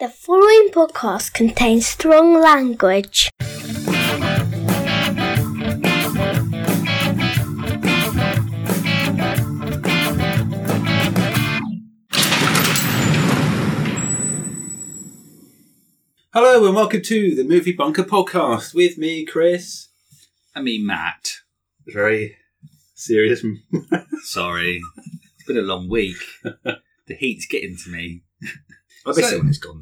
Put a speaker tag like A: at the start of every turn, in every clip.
A: The following podcast contains strong language.
B: Hello and welcome to the Movie Bunker podcast with me, Chris.
C: I mean, Matt.
B: Very serious. I
C: Sorry. It's been a long week. The heat's getting to me.
B: bet
C: So-
B: so.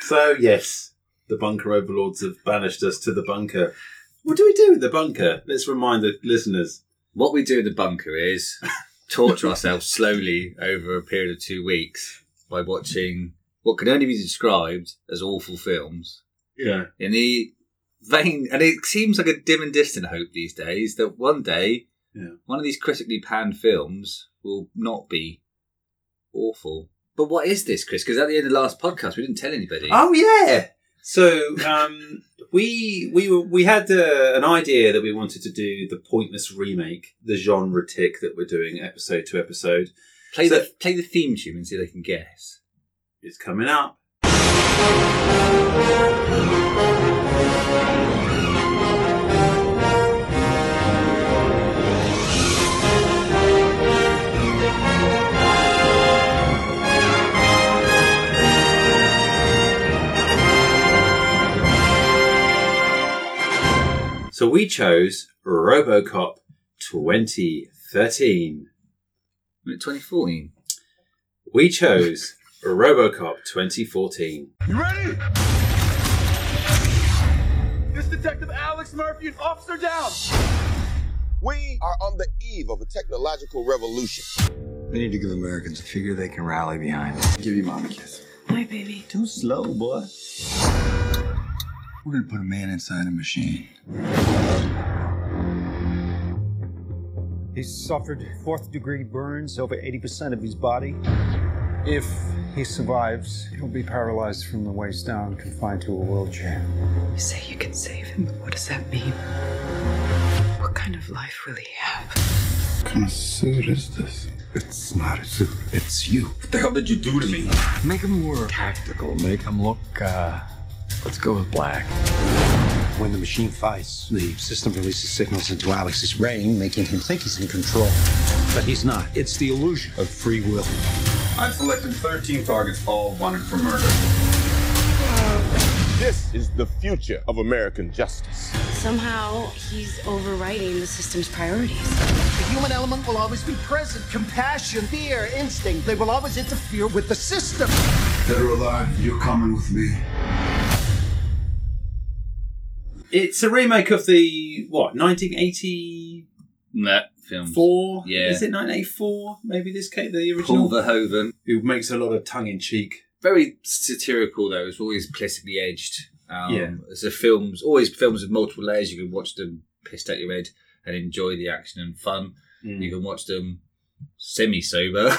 B: So yes, the bunker overlords have banished us to the bunker. What do we do with the bunker? Let's remind the listeners.
C: What we do in the bunker is torture ourselves slowly over a period of two weeks by watching what can only be described as awful films.
B: Yeah.
C: In the vein, and it seems like a dim and distant hope these days that one day
B: Yeah.
C: one of these critically panned films will not be awful. But what is this, Chris? Because at the end of the last podcast, we didn't tell anybody.
B: Oh yeah. So um, we we were, we had uh, an idea that we wanted to do the pointless remake, the genre tick that we're doing episode to episode.
C: play
B: so-
C: the play the theme tune and see if they can guess.
B: It's coming up. So we chose RoboCop 2013.
C: We're at 2014.
B: We chose RoboCop 2014.
D: You ready? This Detective Alex Murphy and Officer Down.
E: We are on the eve of a technological revolution.
F: We need to give Americans a figure they can rally behind. Give your mom a kiss.
G: My baby.
F: Too slow, boy. We're gonna put a man inside a machine.
H: He suffered fourth degree burns over 80% of his body. If he survives, he'll be paralyzed from the waist down, confined to a wheelchair.
G: You say you can save him, but what does that mean? What kind of life will he have?
F: What kind of suit is this? It's not a suit, it's you. What the hell did you do to me? Make him more tactical. Make him look, uh, let's go with black.
H: When the machine fights, the system releases signals into Alex's brain, making him think he's in control. But he's not. It's the illusion of free will.
F: I've selected 13 targets, all wanted for murder.
E: This is the future of American justice.
I: Somehow he's overriding the system's priorities.
H: The human element will always be present compassion, fear, instinct. They will always interfere with the system.
F: Dead or alive, you're coming with me.
B: It's a remake of the what 1984?
C: That film. Yeah.
B: Is it 1984? Maybe this case the
C: Paul
B: original.
C: Verhoeven.
B: Who makes a lot of tongue in cheek.
C: Very satirical though. It's always politically edged. Um,
B: Yeah.
C: It's a films always films with multiple layers. You can watch them pissed at your head and enjoy the action and fun.
B: Mm.
C: You can watch them semi sober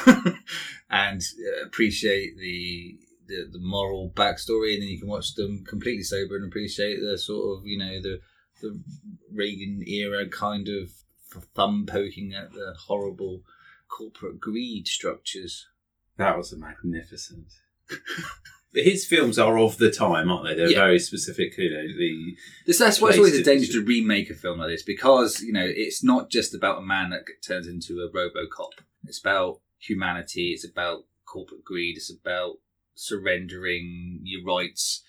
C: and uh, appreciate the, the the moral backstory, and then you can watch them completely sober and appreciate the sort of you know the the Reagan era kind of thumb poking at the horrible corporate greed structures.
B: That was a magnificent. But His films are of the time, aren't they? They're
C: Yeah.
B: very specific. You know the
C: This, that's why it's always a
B: Place to-
C: danger to remake a film like this because you know it's not just about a man that turns into a RoboCop. It's about humanity. It's about corporate greed. It's about surrendering your rights.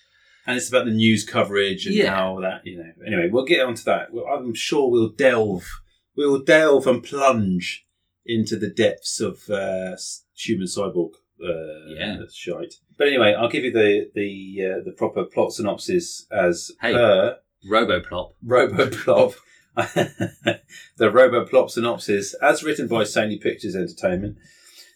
B: and it's about the news coverage and
C: Yeah.
B: how that you know. Anyway, we'll get onto that. Well, I'm sure we'll delve, we'll delve and plunge into the depths of uh, s- human cyborg uh,
C: Yeah.
B: shite. But anyway, I'll give you the the uh, the proper plot synopsis as
C: Hey.
B: per
C: RoboPlop.
B: Roboplop. the Roboplop synopsis, as written by Sony Pictures Entertainment.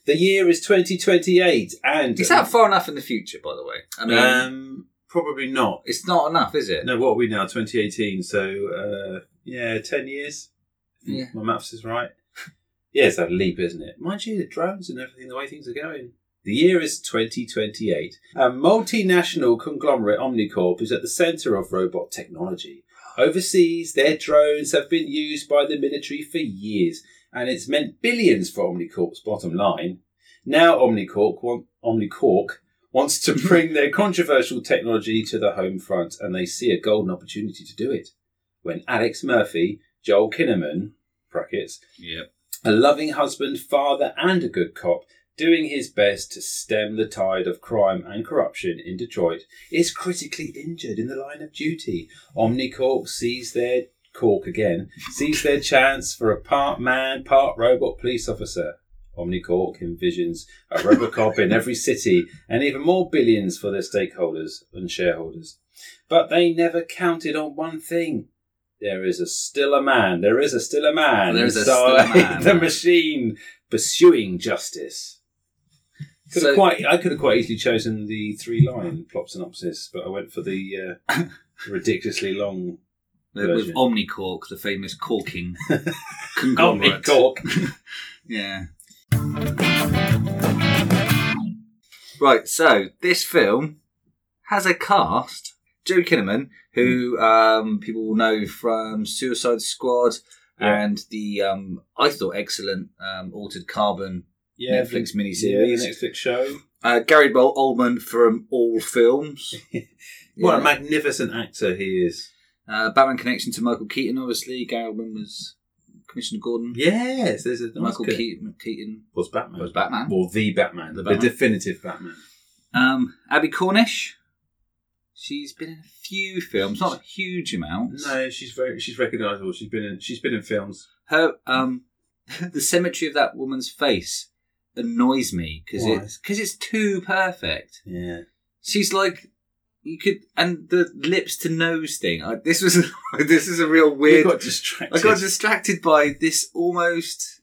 B: The year is 2028, and
C: Is that far enough in the future? By the way, I mean
B: um, probably not.
C: it's not enough, is it?
B: No, what are we now? 2018. So, uh, yeah, 10 years.
C: Yeah.
B: My maths is right. Yeah, it's a leap, isn't it? Mind you, the drones and everything, the way things are going. The year is 2028. A multinational conglomerate, Omnicorp, is at the centre of robot technology. Overseas, their drones have been used by the military for years, and it's meant billions for Omnicorp's bottom line. Now, Omnicorp want, Omnicorp wants to bring their controversial technology to the home front, and they see a golden opportunity to do it. When Alex Murphy, Joel Kinnaman, brackets,
C: Yep.
B: a loving husband, father, and a good cop, doing his best to stem the tide of crime and corruption in Detroit, is critically injured in the line of duty. Omnicorp sees their cork again, sees their chance for a part man, part robot police officer. Omnicorp envisions a Robocop in every city and even more billions for their stakeholders and shareholders. But they never counted on one thing. There is a still a man. There is a still a man.
C: There is a
B: inside
C: still a man.
B: The machine pursuing justice. Could
C: So-
B: have quite, I could have quite easily chosen the three-line plot synopsis, but I went for the uh, ridiculously long
C: With
B: version.
C: Omnicork, the famous corking conglomerate.
B: Omnicorp.
C: Yeah. Right, so this film has a cast. Joe Kinnaman, who
B: Hmm.
C: um, people will know from Suicide Squad
B: Yeah.
C: and the, um, I thought, excellent um, Altered Carbon
B: Yeah,
C: Netflix
B: the-
C: miniseries.
B: yeah, the Netflix show.
C: Uh, Gary Bol- Oldman from all films.
B: What
C: Yeah.
B: a magnificent actor he is.
C: Uh, Batman connection to Michael Keaton, obviously. Gary Oldman was Commissioner Gordon.
B: Yes, there's a
C: Michael
B: Oscar.
C: Keaton. Keaton.
B: was Batman.
C: Was Batman.
B: Or the Batman.
C: The
B: The,
C: Batman.
B: definitive Batman.
C: Um, Abby Cornish. She's been in a few films, not a huge amount.
B: No, she's very she's recognisable. She's been in she's been in films.
C: Her um, the symmetry of that woman's face annoys me because
B: Why?
C: it's because it's too perfect.
B: Yeah.
C: She's like. You could and the lips to nose thing. I, this was this is a real weird.
B: We got distracted.
C: I got distracted by this almost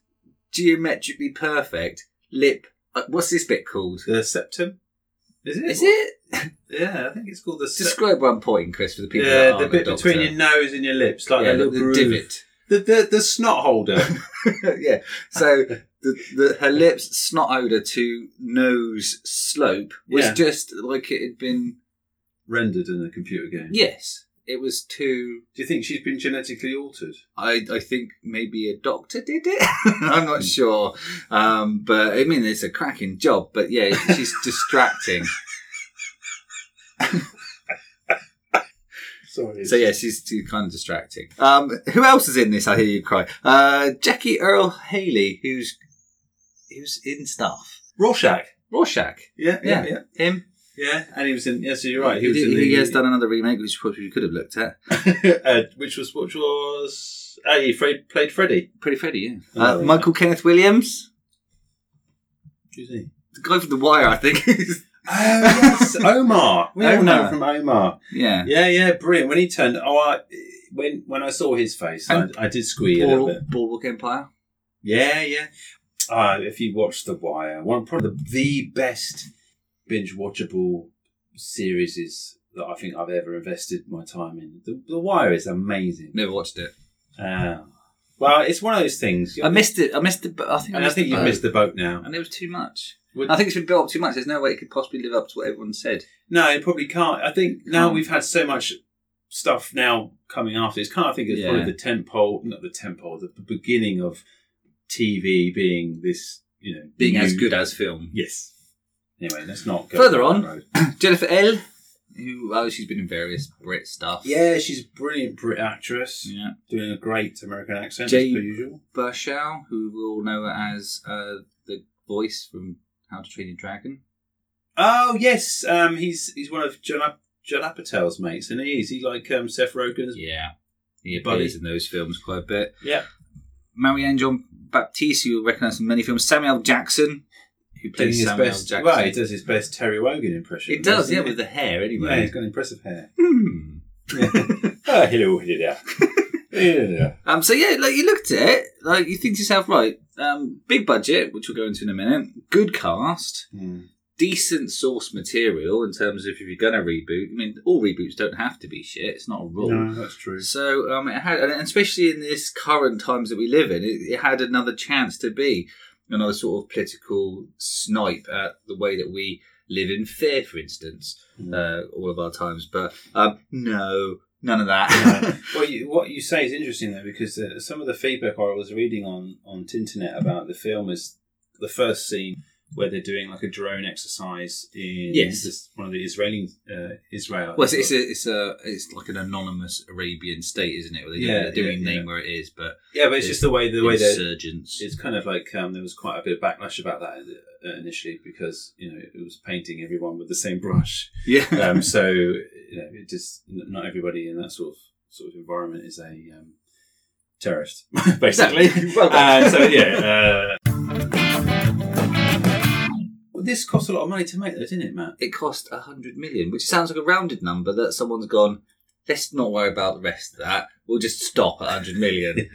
C: geometrically perfect lip. Uh, what's this bit called?
B: the septum. Is it?
C: Is it?
B: Yeah, I think it's called the septum.
C: Describe what I'm pointing, Chris, for the people. that
B: Yeah, the
C: aren't
B: bit
C: a doctor.
B: between your nose and your lips, like
C: yeah,
B: that little
C: the
B: groove.
C: divot.
B: The, the the snot holder.
C: yeah. So the, the, her lips snot odor to nose slope was
B: Yeah.
C: just like it had been.
B: rendered in a computer game.
C: Yes, it was too.
B: Do you think she's been genetically altered?
C: I, I think maybe a doctor did it. I'm
B: Hmm.
C: not sure, um, but I mean it's a cracking job. But yeah, she's distracting.
B: Sorry.
C: So yeah, she's too kind of distracting. Um, who else is in this? I hear you cry. Uh, Jackie Earl Haley, who's who's in stuff.
B: Rorschach.
C: Rorschach.
B: Yeah, yeah,
C: Yeah,
B: yeah,
C: him.
B: yeah. And he was in. Yeah, so you're right. He, was
C: did-
B: in. The,
C: he has done another remake, which probably we could have looked at.
B: uh, which was which was. Oh, he fre- played Freddy.
C: Pretty Freddy, yeah.
B: Oh,
C: Uh,
B: right.
C: Michael Kenneth Williams,
B: Who's he?
C: the guy from The Wire, I think.
B: Oh yes, Omar. We all know
C: Omar.
B: him from Omar.
C: yeah.
B: Yeah, yeah, brilliant. When he turned, oh, I, when when I saw his face, I,
C: And-
B: I did squeal a little
C: Ball,
B: bit.
C: Boardwalk Empire.
B: Yeah, yeah. Uh, if you watch The Wire, one probably the, the best binge watchable series is that I think I've ever invested my time in. The, the Wire is amazing.
C: Never watched it.
B: Uh, well, it's one of those things.
C: I missed it. I missed the. bo- I think
B: And
C: I,
B: I
C: missed
B: think
C: the
B: you
C: boat.
B: missed the boat now.
C: And it was too much.
B: Would-
C: I think it's been built up too much. There's no way it could possibly live up to what everyone said.
B: No, it probably can't. I think now
C: Can't.
B: we've had so much stuff now coming after. It's kind of I think it's
C: Yeah.
B: probably the tentpole, not the tentpole, the, the beginning of TV being this, you know,
C: Being as
B: new-
C: good as film.
B: Yes. Anyway, let's not go
C: Further
B: down
C: on,
B: that road.
C: Jennifer L. Who? Oh, she's been in various Brit stuff.
B: Yeah, she's a brilliant Brit actress,
C: Yeah.
B: doing a great American accent
C: Jane-
B: as per usual.
C: Burchell, who we all know as uh, the voice from How to Train Your Dragon.
B: Oh yes, um, he's he's one of Judd Judd Apatow's mates, and he is he like um, Seth Rogen's.
C: Yeah. He
B: Buddy.
C: appears in those films quite a bit.
B: Yeah.
C: Marianne John Baptiste, who you'll recognise from many films. Samuel Jackson, who
B: Doing
C: plays
B: his
C: Samuel
B: best,
C: Jackson.
B: well, he does his best Terry Wogan impression.
C: He does,
B: doesn't
C: yeah,
B: he?
C: with the hair
B: yeah,
C: anyway.
B: he's got impressive hair.
C: Hmm.
B: Oh, hello, hello there. Hello there.
C: Um, so yeah, like you looked at it, like you think to yourself, right? Um, big budget, which we'll go into in a minute. Good cast,
B: Hmm.
C: decent source material in terms of if you're gonna reboot. I mean, all reboots don't have to be shit. It's not a rule.
B: No, that's true.
C: So um, it had, and especially in this current times that we live in, it, it had another chance to be another sort of political snipe at the way that we live in fear, for instance,
B: Mm.
C: uh, all of our times. But um, no, none of that.
B: well, you, what you say is interesting though, because uh, some of the feedback I was reading on on Tinternet about the film is the first scene where they're doing like a drone exercise in
C: Yes.
B: this, one of the Israeli uh, Israel.
C: Well, it's, it's a it's a it's like an anonymous Arabian state, isn't it? Where they
B: Yeah,
C: yeah, they don't
B: yeah,
C: even
B: yeah.
C: name where it is, but
B: yeah, but it's just the way the way they're
C: insurgents.
B: it's kind of like um, there was quite a bit of backlash about that uh, initially because you know it was painting everyone with the same brush.
C: Yeah,
B: Um, so you know, it just n- not everybody in that sort of sort of environment is a um, terrorist, basically.
C: Exactly. Well done.
B: uh, so yeah. Uh... Well, this cost a lot of money to make, though, didn't it, Matt?
C: it cost a hundred million, which sounds like a rounded number that someone's gone. Let's not worry about the rest of that. We'll just stop at hundred million.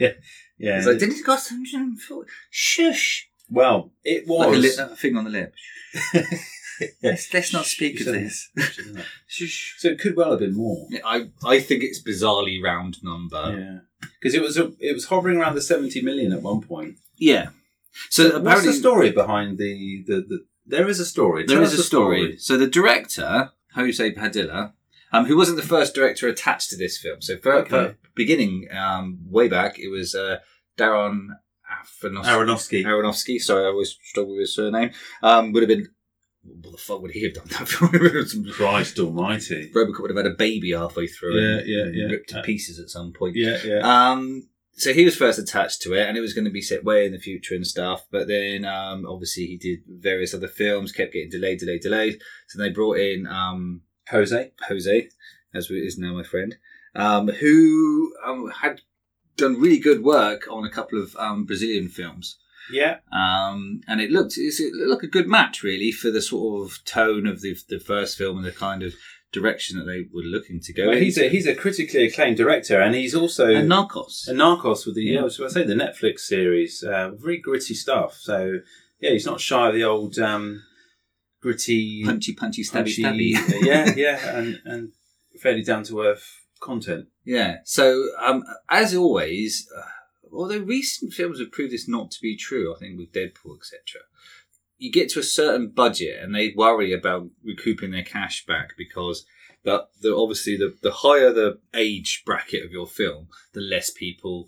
B: Yeah.
C: It's like, did it cost hundred and forty? Shush!
B: well, it
C: Like a,
B: was.
C: li- a thing on the lip. let's, let's not speak of this. Shush.
B: so it could well have been more.
C: Yeah, I I think it's bizarrely round number.
B: Yeah. Because it was a, it was hovering around the seventy million at one point.
C: Yeah. So,
B: What's
C: apparently,
B: the story behind the the, the there is a story.
C: There
B: Tell
C: is
B: us
C: a
B: the
C: story. So the director, Jose Padilla, um, who wasn't the first director attached to this film. So for,
B: Okay.
C: for beginning, um, way back, it was uh, Darren Aronofsky.
B: Aronofsky.
C: Aronofsky. Sorry, I always struggle with his surname. Um, would have been. What the fuck would he have done that for?
B: Christ Almighty.
C: Robocop would have had a baby halfway through and
B: Yeah, yeah, yeah. Uh,
C: ripped to pieces at some point.
B: Yeah, yeah.
C: Um, so he was first attached to it, and it was going to be set way in the future and stuff. But then, um, obviously, he did various other films, kept getting delayed, delayed, delayed. So they brought in um,
B: Jose.
C: Jose, as we- is now my friend, um, who um, had done really good work on a couple of um, Brazilian films.
B: Yeah.
C: Um, and it looked it's- it looked like a good match, really, for the sort of tone of the, the first film and the kind of direction that they were looking to go.
B: Well, he's a
C: into.
B: he's a critically acclaimed director, and he's also
C: and Narcos.
B: a Narcos with the yeah.
C: Yeah.
B: so I say the Netflix series, uh, very gritty stuff. So yeah, he's not shy of the old um, gritty,
C: punchy, punchy, stabby,
B: punchy-
C: stabby.
B: yeah, yeah, and and fairly down to earth content.
C: Yeah. So, um, as always, uh, although recent films have proved this not to be true, I think with Deadpool, etc., you get to a certain budget and they worry about recouping their cash back because that the obviously the, the higher the age bracket of your film, the less people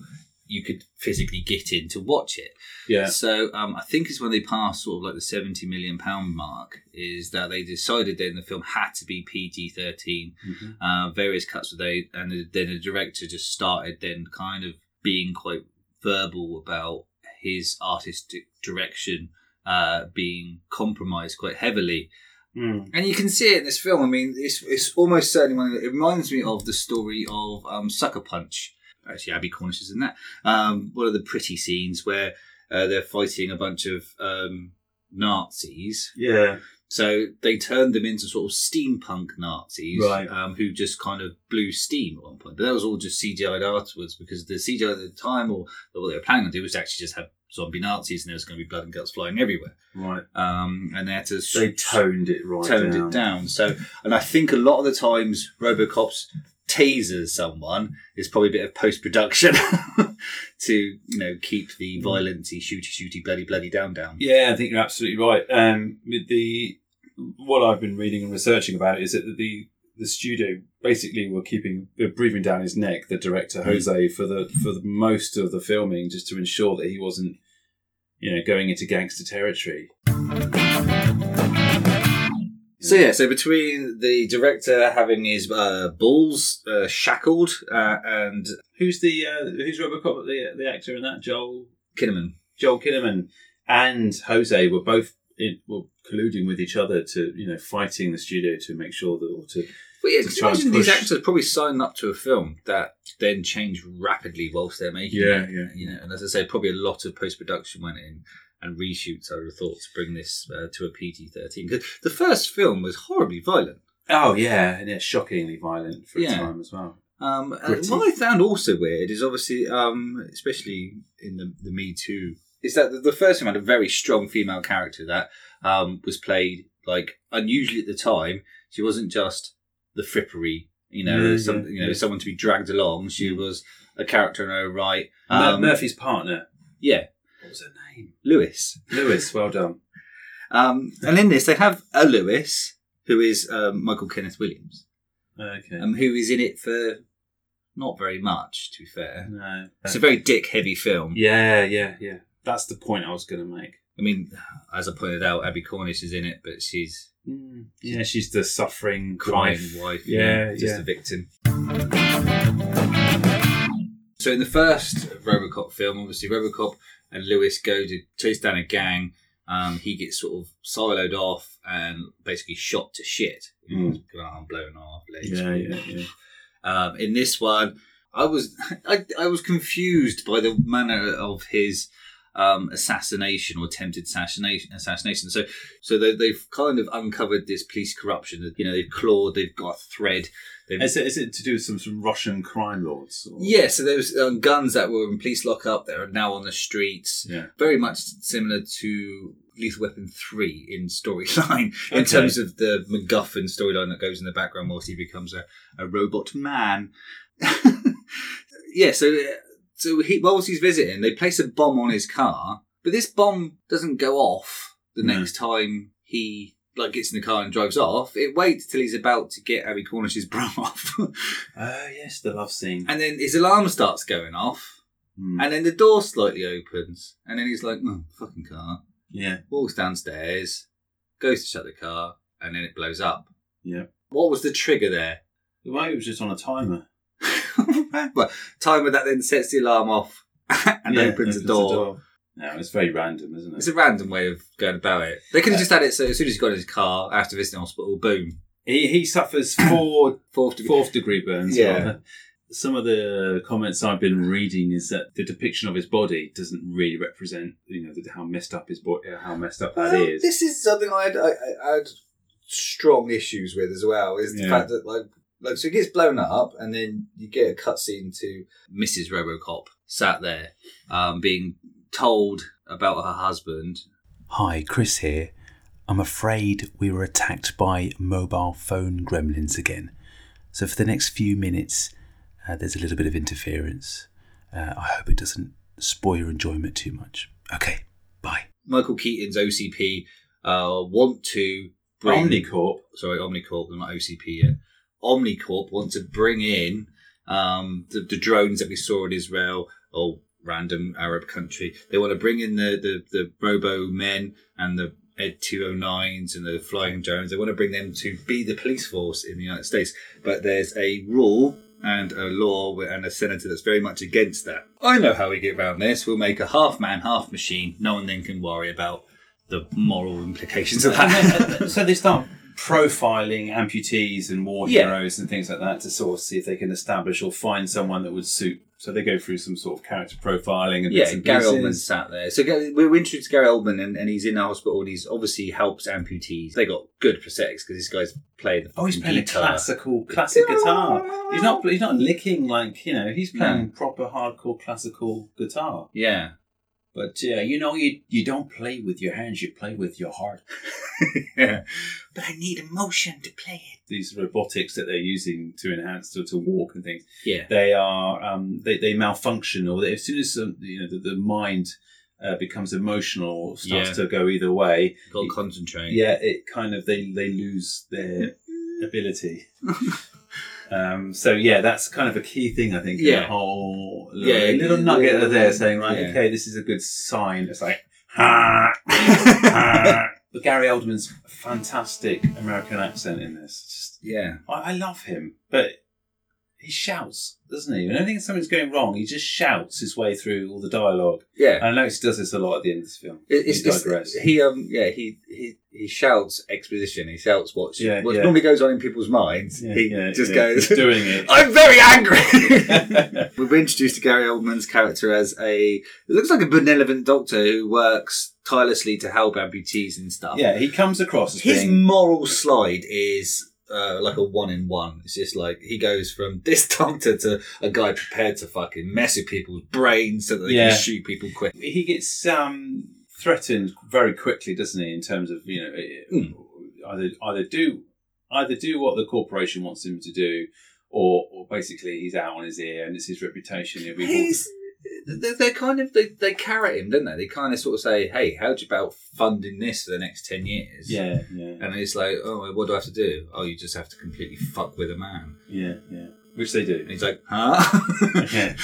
C: you could physically get in to watch it.
B: Yeah.
C: So um, I think it's when they passed sort of like the seventy million pound mark is that they decided then the film had to be PG 13 Uh, various cuts were they, and then the director just started then kind of being quite verbal about his artistic direction uh, being compromised quite heavily.
B: Mm.
C: And you can see it in this film. I mean, it's it's almost certainly one. Of, it reminds me of the story of um, Sucker Punch. Actually, Abby Cornish is in that. Um, one of the pretty scenes where uh, they're fighting a bunch of um, Nazis.
B: Yeah.
C: So they turned them into sort of steampunk Nazis,
B: Right.
C: um, who just kind of blew steam at one point. But that was all just CGI'd afterwards because the CGI at the time, or what they were planning to do, was actually just have zombie Nazis, and there was going to be blood and guts flying everywhere.
B: Right.
C: Um, and they had to
B: They toned it right
C: toned
B: down.
C: it down. So, and I think a lot of the times Robocop's tasers someone is probably a bit of post production to you know keep
B: Mm.
C: the violency shooty shooty bloody bloody down down.
B: Yeah, I think you're absolutely right. Um, with the what I've been reading and researching about is that the the studio basically were keeping were breathing down his neck, the director Jose, for the for the most of the filming, just to ensure that he wasn't, you know, going into gangster territory.
C: So yeah, so between the director having his uh, balls uh, shackled uh, and
B: Who's the uh, who's Robocop? The the actor in that Joel
C: Kinnaman,
B: Joel Kinnaman and Jose were both in, were colluding with each other to you know fighting the studio to make sure that or to
C: well, yeah,
B: To
C: 'cause
B: try and
C: imagine these
B: push-
C: actors probably sign up to a film that then change rapidly whilst they're making
B: Yeah,
C: it.
B: yeah.
C: You know, and as I say, probably a lot of post production went in and reshoots. I would have thought to bring this uh, to a PG thirteen because the first film was horribly violent.
B: Oh yeah, and it's shockingly violent for a
C: Yeah.
B: time as well.
C: Um, uh,
B: Gritty.
C: what I found also weird is obviously, um, especially in the, the Me Too, is that the, the first film had a very strong female character that um, was played like unusually at the time. She wasn't just the frippery, you know,
B: Yeah,
C: some,
B: yeah,
C: you know,
B: yeah. Mm.
C: someone to be dragged along. She was a character in her own right.
B: Mur-
C: Um,
B: Murphy's partner.
C: yeah,
B: What was her name?
C: Lewis.
B: Lewis. Well done.
C: Um, and in this, they have a Lewis who is um, Michael Kenneth Williams,
B: Okay.
C: um, who is in it for not very much, to be fair.
B: no.
C: It's a very dick-heavy film.
B: yeah, yeah, yeah. That's the point I was going to make.
C: I mean, as I pointed out, Abby Cornish is in it, but she's
B: Yeah, she's the suffering
C: crying
B: Hmm. wife.
C: wife,
B: Yeah,
C: just
B: yeah.
C: a victim. So in the first RoboCop film, obviously RoboCop and Lewis go to chase down a gang. Um, he gets sort of siloed off and basically shot to shit. You know,
B: Mm.
C: his arm blown off, legs.
B: Yeah, yeah, yeah.
C: Um, in this one, I was I, I was confused by the manner of his um, assassination or attempted assassination. Assassination. So so they, they've kind of uncovered this police corruption. You know, they've clawed, they've got a thread. They've,
B: Is it, is it to do with some, some Russian crime lords? or-
C: yeah, so there's um, guns that were in police lockup that are now on the streets.
B: Yeah.
C: Very much similar to Lethal Weapon 3 in storyline, in
B: Okay.
C: terms of the MacGuffin storyline that goes in the background whilst he becomes a, a robot man. yeah, so so he, whilst he's visiting, they place a bomb on his car, but this bomb doesn't go off the
B: No.
C: next time he like gets in the car and drives off. It waits till he's about to get Abby Cornish's bra off.
B: Oh, yes, the love scene.
C: And then his alarm starts going off,
B: Mm.
C: and then the door slightly opens, and then he's like, oh, fucking car.
B: yeah,
C: Walks downstairs, goes to shut the car, and then it blows up.
B: yeah.
C: What was the trigger there?
B: The way it was just on a timer.
C: well, timer that then sets the alarm off and
B: Yeah,
C: opens, the door.
B: No, it's very random, isn't it?
C: It's a random way of going about it. They could have just had it so as soon as he got in his car after visiting hospital, boom.
B: He, he suffers four
C: Fourth degree.
B: fourth degree burns.
C: Yeah.
B: rather. Some of the comments I've been reading is that the depiction of his body doesn't really represent, you know, the, how messed up his body, how messed up that
C: Well,
B: is.
C: This is something I had, I, I had strong issues with as well. Is the
B: Yeah.
C: fact that like like so it gets blown up and then you get a cutscene to Mrs. RoboCop sat there, um, being told about her husband.
J: Hi, Chris here. I'm afraid we were attacked by mobile phone gremlins again. So, for the next few minutes, uh, there's a little bit of interference. Uh, I hope it doesn't spoil your enjoyment too much. Okay, bye.
C: Michael Keaton's OCP uh, want to bring
B: Omnicorp.
C: sorry, Omnicorp, they're not OCP yet. Omnicorp want to bring in um, the, the drones that we saw in Israel or random Arab country. They want to bring in the, the, the robo men and the Ed 209s and the flying drones. They want to bring them to be the police force in the United States. But there's a rule and a law and a senator that's very much against that. I know how we get around this. We'll make a half man, half machine. No one then can worry about the moral implications of that.
B: so they start profiling amputees and war
C: Yeah.
B: heroes and things like that to sort of see if they can establish or find someone that would suit. So they go through some sort of character profiling and bits
C: Yeah,
B: and
C: Gary Oldman
B: pieces.
C: sat there. So Ga- we were introduced to Gary Oldman, and, and he's in the hospital, and he's obviously helps amputees. They got good prosthetics because this guy's playing the
B: Oh, he's playing a
C: guitar.
B: classical classic guitar. He's not he's not licking like you know. He's playing proper hardcore classical guitar.
C: Yeah,
B: But yeah, you know you you don't play with your hands. You play with your heart.
C: yeah. But I need emotion to play it.
B: These robotics that they're using to enhance to, to walk and things.
C: Yeah,
B: they are um, they, they malfunction or they, as soon as um, you know the, the mind uh, becomes emotional or starts
C: Yeah.
B: to go either way
C: got to concentrate.
B: yeah it kind of they they lose their ability um, so yeah that's kind of a key thing i think in
C: Yeah.
B: the whole
C: Yeah,
B: little,
C: yeah,
B: little nugget of
C: yeah.
B: there saying right
C: Yeah.
B: okay this is a good sign it's like ha, ha. but gary oldman's fantastic american accent in this It's just
C: yeah.
B: I, I love him, but he shouts, doesn't he? When I think something's going wrong, he just shouts his way through all the dialogue.
C: Yeah.
B: And I notice he does this a lot at the end of this film.
C: It- It's,
B: we
C: it's,
B: digress.
C: he um yeah he, he he shouts exposition he shouts what's
B: Yeah,
C: what
B: yeah.
C: normally goes on in people's minds
B: Yeah,
C: he
B: yeah,
C: just
B: yeah.
C: goes
B: He's doing it.
C: I'm very angry we were introduced to Gary Oldman's character as a it looks like a benevolent doctor who works tirelessly to help amputees and stuff
B: yeah, he comes across as
C: his
B: being.
C: moral slide is uh, like a one in one. It's just like he goes from this doctor to a guy prepared to fucking mess with people's brains so that they
B: Yeah.
C: can shoot people quick.
B: He gets um, threatened very quickly, doesn't he? In terms of you know, it-
C: Mm.
B: either either do either do what the corporation wants him to do, or, or basically he's out on his ear and it's his reputation. He'll be walking-
C: He's, they they kind of they, they carrot him, don't they? They kind of sort of say, "Hey, how do you about funding this for the next ten years?"
B: yeah, yeah.
C: and it's like, "Oh, well, what do I have to do?" Oh, you just have to completely fuck with a man.
B: Yeah, yeah. Which they
C: And
B: do.
C: he's like, "Huh?"
B: Yeah.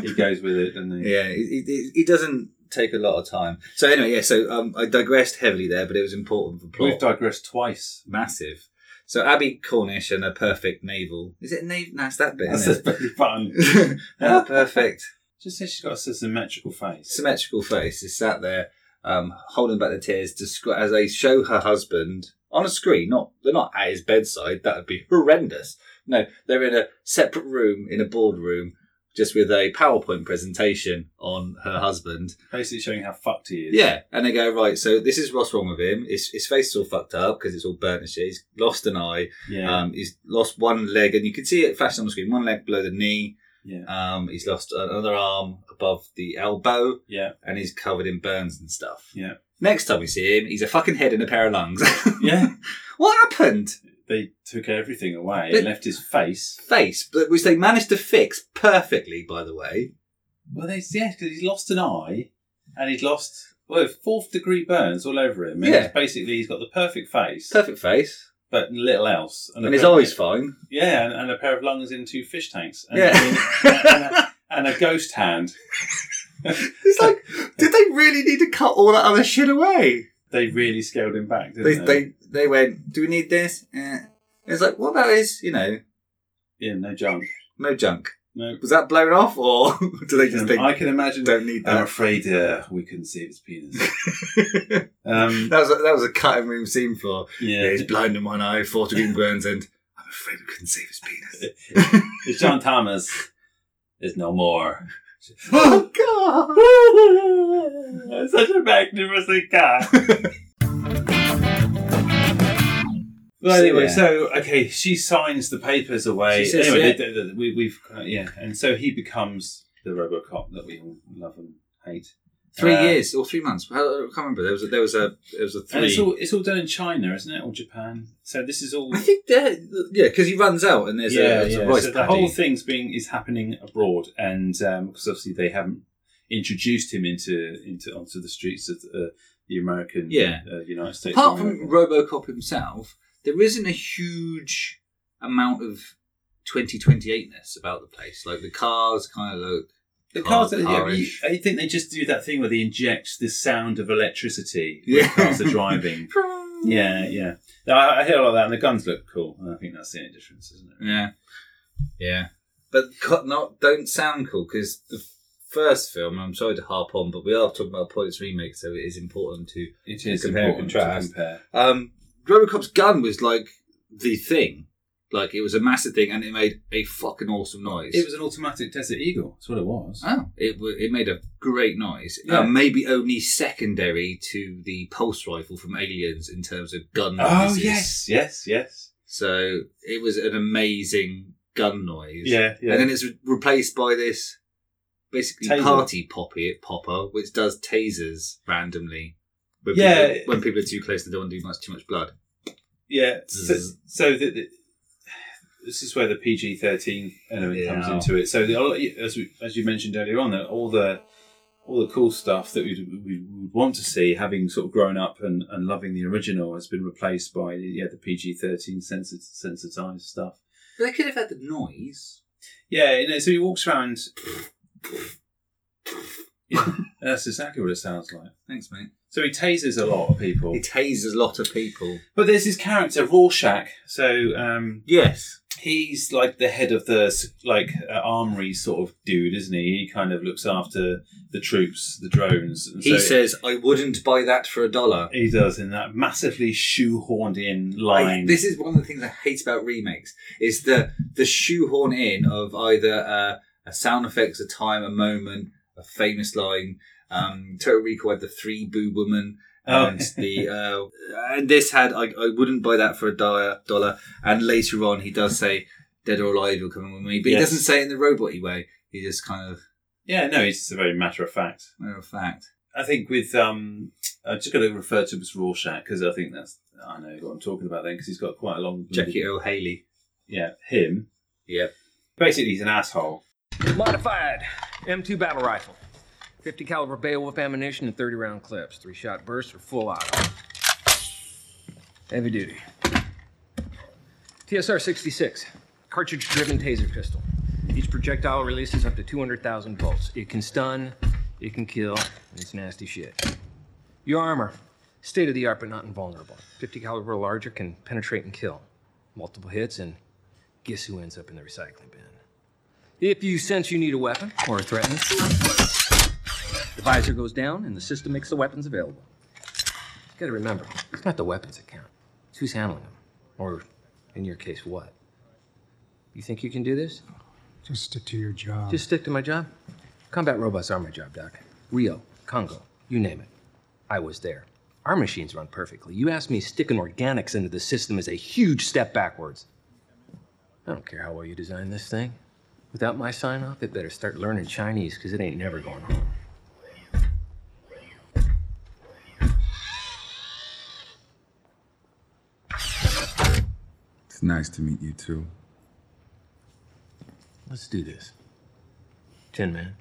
B: He goes with it, doesn't he?
C: yeah, he, he, he doesn't take a lot of time. So anyway, yeah. So um, I digressed heavily there, but it was important for plot.
B: We've digressed twice.
C: Massive. So Abby Cornish and a perfect navel. Is it navel? That's that bit.
B: That's
C: isn't
B: a
C: it?
B: very fun.
C: Ah, perfect.
B: Just say she's got a symmetrical face.
C: Symmetrical face is sat there, um, holding back the tears descri- as they show her husband on a screen. Not they're not at his bedside. That would be horrendous. No, they're in a separate room in a boardroom, just with a PowerPoint presentation on her husband.
B: Basically showing how fucked he is.
C: Yeah, and they go right. So this is what's wrong with him. His, his face is all fucked up because it's all burnt and shit. He's lost an eye.
B: Yeah.
C: Um, he's lost one leg, and you can see it flashing on the screen. One leg below the knee.
B: Yeah.
C: Um, he's lost another arm above the elbow,
B: Yeah.
C: and he's covered in burns and stuff.
B: Yeah.
C: Next time we see him, he's a fucking head and a pair of lungs.
B: Yeah.
C: what happened?
B: They took everything away
C: But-
B: and left his face.
C: Face, but which they managed to fix perfectly, by the way.
B: Well, they yeah, because he's lost an eye, and he's lost well fourth degree burns all over him. And
C: Yeah.
B: it's basically he's got the perfect face,
C: Perfect face,
B: but little else. a
C: and his
B: pair-
C: eyes fine.
B: yeah, and, and a pair of lungs in two fish tanks. And, and,
C: Yeah.
B: a, and a ghost hand.
C: It's like, did they really need to cut all that other shit away?
B: They really scaled him back, didn't
C: They,
B: they?
C: they, they went, do we need this? Eh. It's like, what about his, you know,
B: Yeah, no junk.
C: no junk?
B: No.
C: Was that blown off, or do they just
B: Um,
C: think
B: I can imagine.
C: don't need
B: I'm
C: that?
B: afraid uh, we couldn't save his penis. um,
C: that was a, that was a cutting room scene for yeah.
B: yeah,
C: he's blind in one eye, four green burns, and I'm afraid we couldn't save his penis.
B: it's John Thomas. There's no more.
C: oh god!
B: That's such a magnificent guy. Well,
C: So,
B: anyway,
C: yeah.
B: so okay, she signs the papers away.
C: She says,
B: anyway,
C: yeah.
B: th- th- we, we've uh, yeah, and so he becomes the RoboCop that we all love and hate.
C: Three
B: Uh,
C: years or three months? I can't remember. There was a, there was a there was a
B: And it's
C: three.
B: all it's all done in China, isn't it, or Japan? So this is all
C: I think that yeah, because he runs out and there's a, there's a rice
B: so the
C: paddy.
B: whole thing's being is happening abroad, and because obviously they haven't introduced him into into onto the streets of uh, the American,
C: Yeah.
B: uh, United States. of
C: apart from
B: America.
C: RoboCop himself, there isn't a huge amount of 2028ness about the place. Like the cars kind of look
B: the cars,
C: car-
B: are- yeah, you,
C: car-ish.
B: I think they just do that thing where they inject the sound of electricity when
C: Yeah.
B: cars are driving. yeah, yeah. No, I, I hear a lot of that, and the guns look cool. And I think that's the only difference, isn't it?
C: yeah, yeah, but co- not don't sound cool because the f- first film. and I'm sorry to harp on, but we are talking about Pilot's remake, so it is important to
B: It is
C: Compare and
B: important to
C: contrast.
B: compare.
C: Um, Robocop's gun was like the thing. Like it was a massive thing, and it made a fucking awesome noise.
B: It was an automatic Desert Eagle. That's what it was.
C: Oh, it w- it made a great noise.
B: Yeah.
C: Uh, maybe only secondary to the pulse rifle from Aliens in terms of gun
B: oh
C: noises.
B: yes, yes, yes.
C: So it was an amazing gun noise.
B: Yeah, yeah.
C: And then it's re- replaced by this basically
B: Taser.
C: party poppy popper, which does tasers randomly. When
B: Yeah.
C: people, when people are too close, they don't want to do much too much blood.
B: Yeah. So,
C: Zzz.
B: so the, the, this is where the PG thirteen element
C: Yeah.
B: comes into it. So the, all- as we, as you mentioned earlier on, that all the all the cool stuff that we we would want to see, having sort of grown up and, and loving the original, has been replaced by yeah the PG thirteen sensitized stuff.
C: But they could have had the noise.
B: Yeah, you know, so he walks around. Yeah, that's exactly what it sounds like.
C: Thanks, mate.
B: So he tases a lot of people,
C: It tases a lot of people.
B: but there's his character Rorschach. So um,
C: Yes.
B: he's like the head of the like uh, armory sort of dude, isn't he? He kind of looks after the troops, the drones. And
C: He
B: so
C: says, "I wouldn't buy that for a dollar."
B: he does in that massively shoehorned in
C: I-
B: line.
C: this is one of the things I hate about remakes is the the shoehorn in of either uh, a sound effects, a time, a moment, a famous line. Um, Total Recall had the three boo woman.
B: Oh.
C: And the uh, and this had I, I wouldn't buy that for a di- dollar. And later on, he does say, "Dead or alive, you're coming with me," but he
B: Yes.
C: doesn't say it in the roboty way. He just kind of
B: yeah, no, he's just a very matter of fact.
C: matter of fact.
B: I think with um, I'm just going to refer to him as Rorschach because I think that's I know what I'm talking about then because he's got quite a long
C: Jackie O'Haley.
B: Yeah, him.
C: Yep.
B: Basically, he's an asshole.
K: Modified M2 battle rifle. 50 caliber Beowulf ammunition and 30 round clips. Three shot bursts or full auto. Heavy duty. TSR 66, cartridge driven taser pistol. Each projectile releases up to 200,000 volts. It can stun, it can kill, It's nasty shit. Your armor, state of the art but not invulnerable. 50 caliber or larger can penetrate and kill. Multiple hits, and guess who ends up in the recycling bin? If you sense you need a weapon or are threatened, the visor goes down and the system makes the weapons available. You gotta remember, it's not the weapons that count, it's who's handling them. Or, in your case, what? You think you can do this?
H: Just stick to your job.
K: Just stick to my job. Combat robots are my job, Doc. Rio, Congo, you name it. I was there. Our machines run perfectly. You asked me sticking organics into the system is a huge step backwards. I don't care how well you design this thing. Without my sign off, it better start learning Chinese because it ain't never going home.
L: It's nice to meet you too.
K: Let's do this. Tin Man.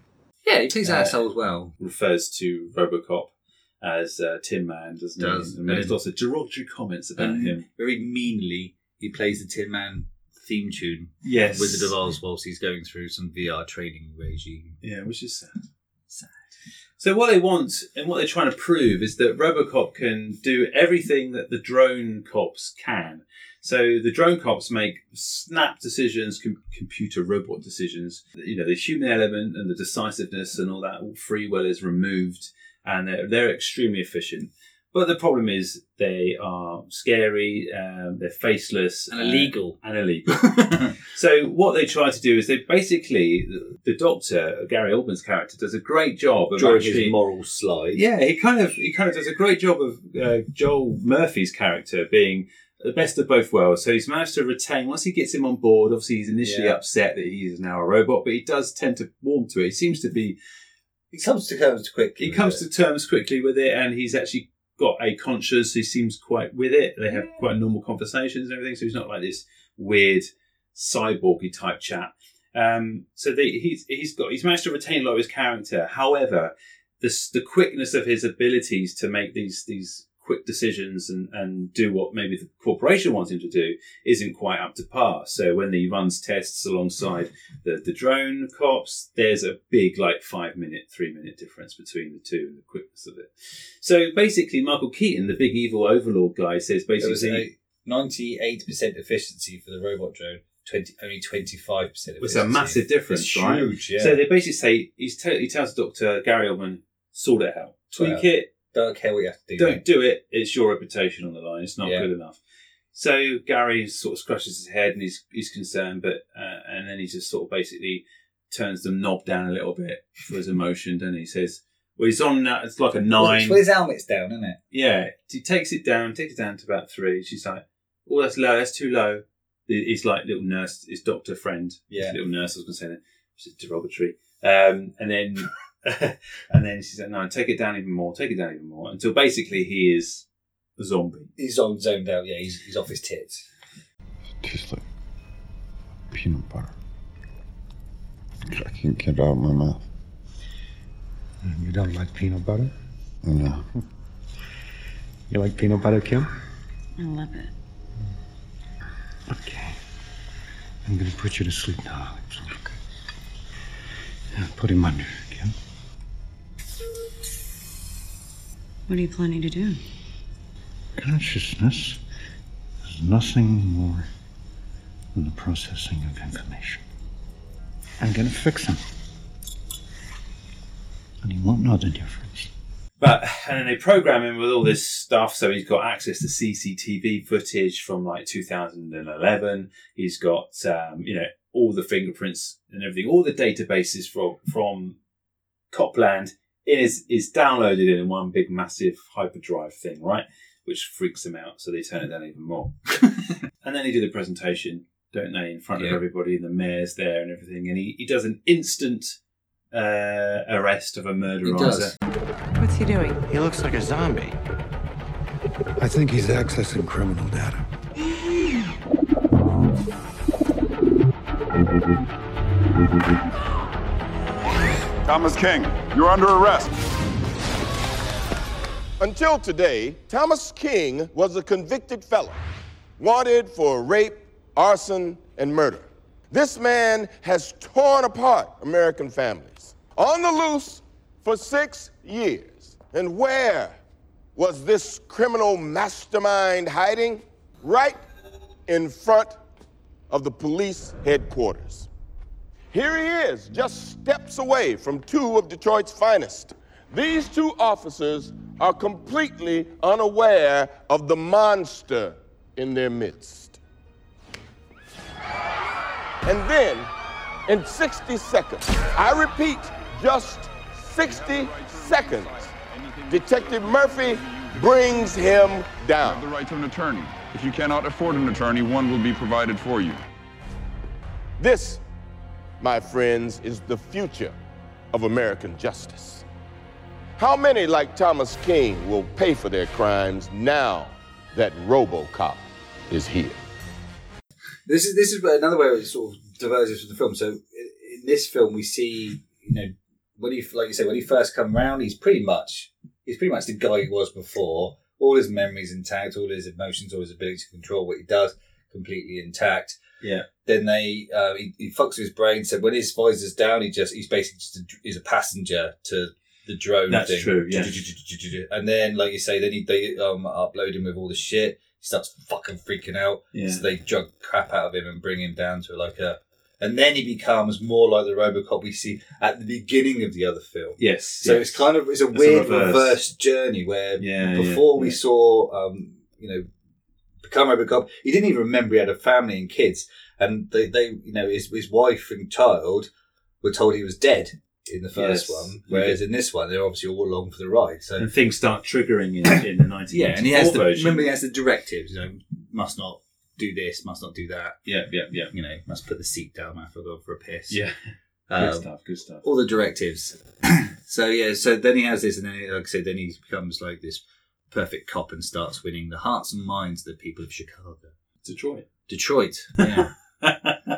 C: Yeah, he plays
B: Uh,
C: assholes well.
B: refers to Robocop as uh, Tin Man, doesn't
C: Does.
B: he? And there's lots of derogatory comments about
C: And
B: him.
C: Um, Very meanly, he plays the Tin Man theme tune.
B: Yes.
C: Wizard of Oz whilst he's going through some VR training regime.
B: Yeah, which is sad. So what they want and what they're trying to prove is that Robocop can do everything that the drone cops can. So the drone cops make snap decisions, com- computer robot decisions. You know, the human element and the decisiveness and all that all free will is removed, and they're, they're extremely efficient. But the problem is they are scary, um, they're faceless,
C: And illegal.
B: and illegal. so what they try to do is they basically the doctor Gary Oldman's character does a great job of
C: During his
B: actually,
C: moral slide.
B: Yeah, he kind of he kind of does a great job of uh, Joel Murphy's character being the best of both worlds. So he's managed to retain once he gets him on board. Obviously, he's initially
C: Yeah.
B: upset that he is now a robot, but he does tend to warm to it. He seems to be
C: He comes to terms quickly.
B: he comes to terms quickly with it, and he's actually got a conscience. He seems quite with it. They have quite normal conversations and everything, so he's not like this weird cyborgy type chap. Um, so they, he's he's got he's managed to retain a lot of his character. However, the s- the quickness of his abilities to make these these quick decisions and, and do what maybe the corporation wants him to do isn't quite up to par. So when he runs tests alongside the, the drone cops, there's a big like five minute, three minute difference between the two and the quickness of it. So basically Michael Keaton, the big evil overlord guy, says
C: There was
B: basically
C: a 98% efficiency for the robot drone, 20, only 25% efficiency.
B: It's a massive difference,
C: It's
B: right?
C: huge, yeah.
B: So they basically say he's tell he tells Doctor Gary Oldman, sort it out, tweak
C: Well,
B: it.
C: Don't care what you have to do.
B: Don't
C: mate.
B: do it. It's your reputation on the line. It's not
C: Yeah.
B: good enough. So Gary sort of scratches his head and he's he's concerned, but uh, and then he just sort of basically turns the knob down a little bit for his emotion. Then he says, "Well, he's on now. It's like a
C: Well,
B: nine.
C: it's- well, his helmet's down, isn't it?
B: Yeah, he takes it down, takes it down to about three. She's like, "Oh, that's low. That's too low." He's like little nurse, his doctor friend, his
C: Yeah.
B: little nurse. I was going to say that, which is derogatory. Um, and then, and then she's like, "No, take it down even more. Take it down even more." Until basically he is a zombie.
C: He's on zoned out, yeah. He's, he's off his tits.
F: Tastes like peanut butter. I can't get it out of my mouth.
H: You don't like peanut butter?
F: No.
H: You like peanut butter, Kim?
I: I love it.
H: Okay. I'm gonna put you to sleep now, Alex. Yeah, Put him under, Kim.
I: What are you planning to do?
F: Consciousness is nothing more than the processing of information. I'm gonna fix him. And he won't know the difference.
B: But and then they program him with all this stuff, so he's got access to CCTV footage from like 2011. He's got um, you know all the fingerprints and everything, all the databases from from Copland. It is is downloaded in one big massive hyperdrive thing, right? Which freaks them out, so they turn it down even more. and then they do the presentation, don't they, in front
C: Yeah.
B: of everybody, and the mayor's there and everything, and he, he does an instant uh, arrest of a murderer. on set.
G: What's he doing?
M: He looks like a zombie.
H: I think he's accessing criminal data.
E: Thomas King, you're under arrest. Until today, Thomas King was a convicted felon, wanted for rape, arson, and murder. This man has torn apart American families. On the loose, for six years. And where was this criminal mastermind hiding? Right in front of the police headquarters. Here he is, just steps away from two of Detroit's finest. These two officers are completely unaware of the monster in their midst. And then, in 60 seconds, I repeat, just 60 seconds, Detective Murphy brings him down.
L: You have the right to an attorney. If you cannot afford an attorney, one will be provided for you.
E: This, my friends, is the future of American justice. How many like Thomas King will pay for their crimes now that Robocop is here?
C: This is this is another way it sort of diverges from the film. So i- in this film, we see you know when he like you say when he first come round, he's pretty much he's pretty much the guy he was before. All his memories intact, all his emotions, all his ability to control what he does completely intact.
B: Yeah.
C: Then they uh, he, he fucks with his brain. So when his visor's down, he just he's basically just a, he's a passenger to the drone.
B: That's
C: thing.
B: true, yeah.
C: And then, like you say, then he, they um, upload him with all the shit. He starts fucking freaking out.
B: Yeah.
C: So they drug crap out of him and bring him down to like a. And then he becomes more like the Robocop we see at the beginning of the other film.
B: Yes,
C: So
B: yes.
C: it's kind of it's a
B: It's a
C: weird
B: reverse.
C: reverse. journey where
B: Yeah, yeah,
C: before we saw um, you know become Robocop, he didn't even remember he had a family and kids. And they, they you know his his wife and child were told he was dead in the
B: Yes.
C: first one, whereas in this one they're obviously all along for the ride. So
B: And things start triggering in, in the 1984
C: yeah, and he has the
B: version.
C: remember he has the directives. You know, must not do this, must not do that.
B: Yeah, yeah, yeah.
C: You know, must put the seat down after go for a piss.
B: Yeah.
C: Um,
B: Good stuff, good stuff.
C: All the directives. so yeah, so then he has this, and then like I said, then he becomes like this perfect cop and starts winning the hearts and minds of the people of Chicago,
B: Detroit.
C: Detroit. Yeah.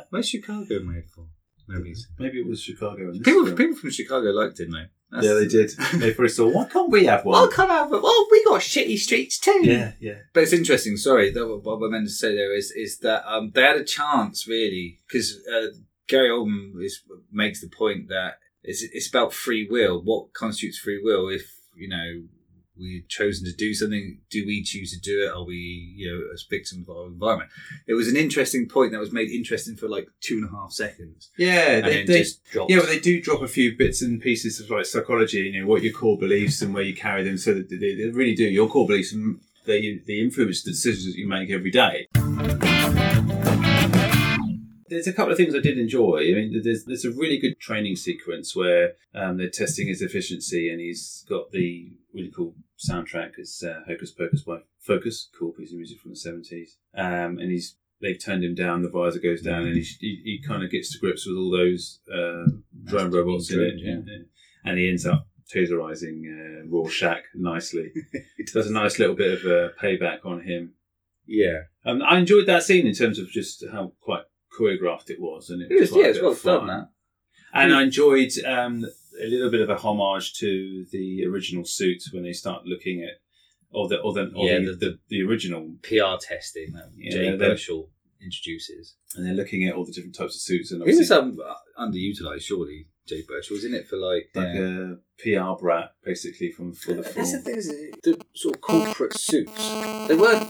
C: Where's Chicago made for? Nobody's.
B: Maybe it was Chicago. And
C: People, people from Chicago liked him though.
B: yeah, they did. They first saw, why can't we have one?
C: come over. Well, we got shitty streets too.
B: Yeah, yeah.
C: But it's interesting. Sorry, that what what I meant to say there is is that um, they had a chance really because uh, Gary Oldman is, makes the point that it's it's about free will. What constitutes free will? If you know we've chosen to do something, do we choose to do it? Are we you know as victims of our environment? It was an interesting point that was made interesting for like two and a half seconds.
B: Yeah,
C: and
B: they,
C: then
B: they
C: just dropped.
B: yeah, well, they do drop a few bits and pieces of like psychology, you know, what your core beliefs and where you carry them, so that they, they really do your core beliefs and they they influence the decisions that you make every day. There's a couple of things I did enjoy. I mean, there's there's a really good training sequence where um, they're testing his efficiency, and he's got the really cool soundtrack. It's uh, Hocus Pocus by Focus, cool piece of music from the seventies. Um, and he's they've turned him down. The visor goes down, and he he, he kind of gets to grips with all those uh, drone robots in it,
C: drones, yeah.
B: and he ends up taserizing uh, Rorschach nicely. There's a nice little bit of uh, payback on him.
C: Yeah.
B: Um, I enjoyed that scene in terms of just how quite choreographed it was, and it
C: It
B: was,
C: was,
B: quite
C: yeah,
B: a
C: it's
B: bit
C: well
B: of fun.
C: done that. Hmm.
B: And I enjoyed um, a little bit of a homage to the original suit when they start looking at, or the or the or
C: Yeah,
B: the,
C: the-
B: the, the, original,
C: PR testing that
B: Yeah,
C: Jay
B: they're-
C: Burchell introduces.
B: and they're looking at all the different types of suits. And
C: He was
B: obviously,
C: um, underutilized, surely. Jay Burchell was in it for like.
B: like
C: uh,
B: a PR brat, basically from for the
C: That's the
B: film.
C: thing is the sort of corporate suits. They weren't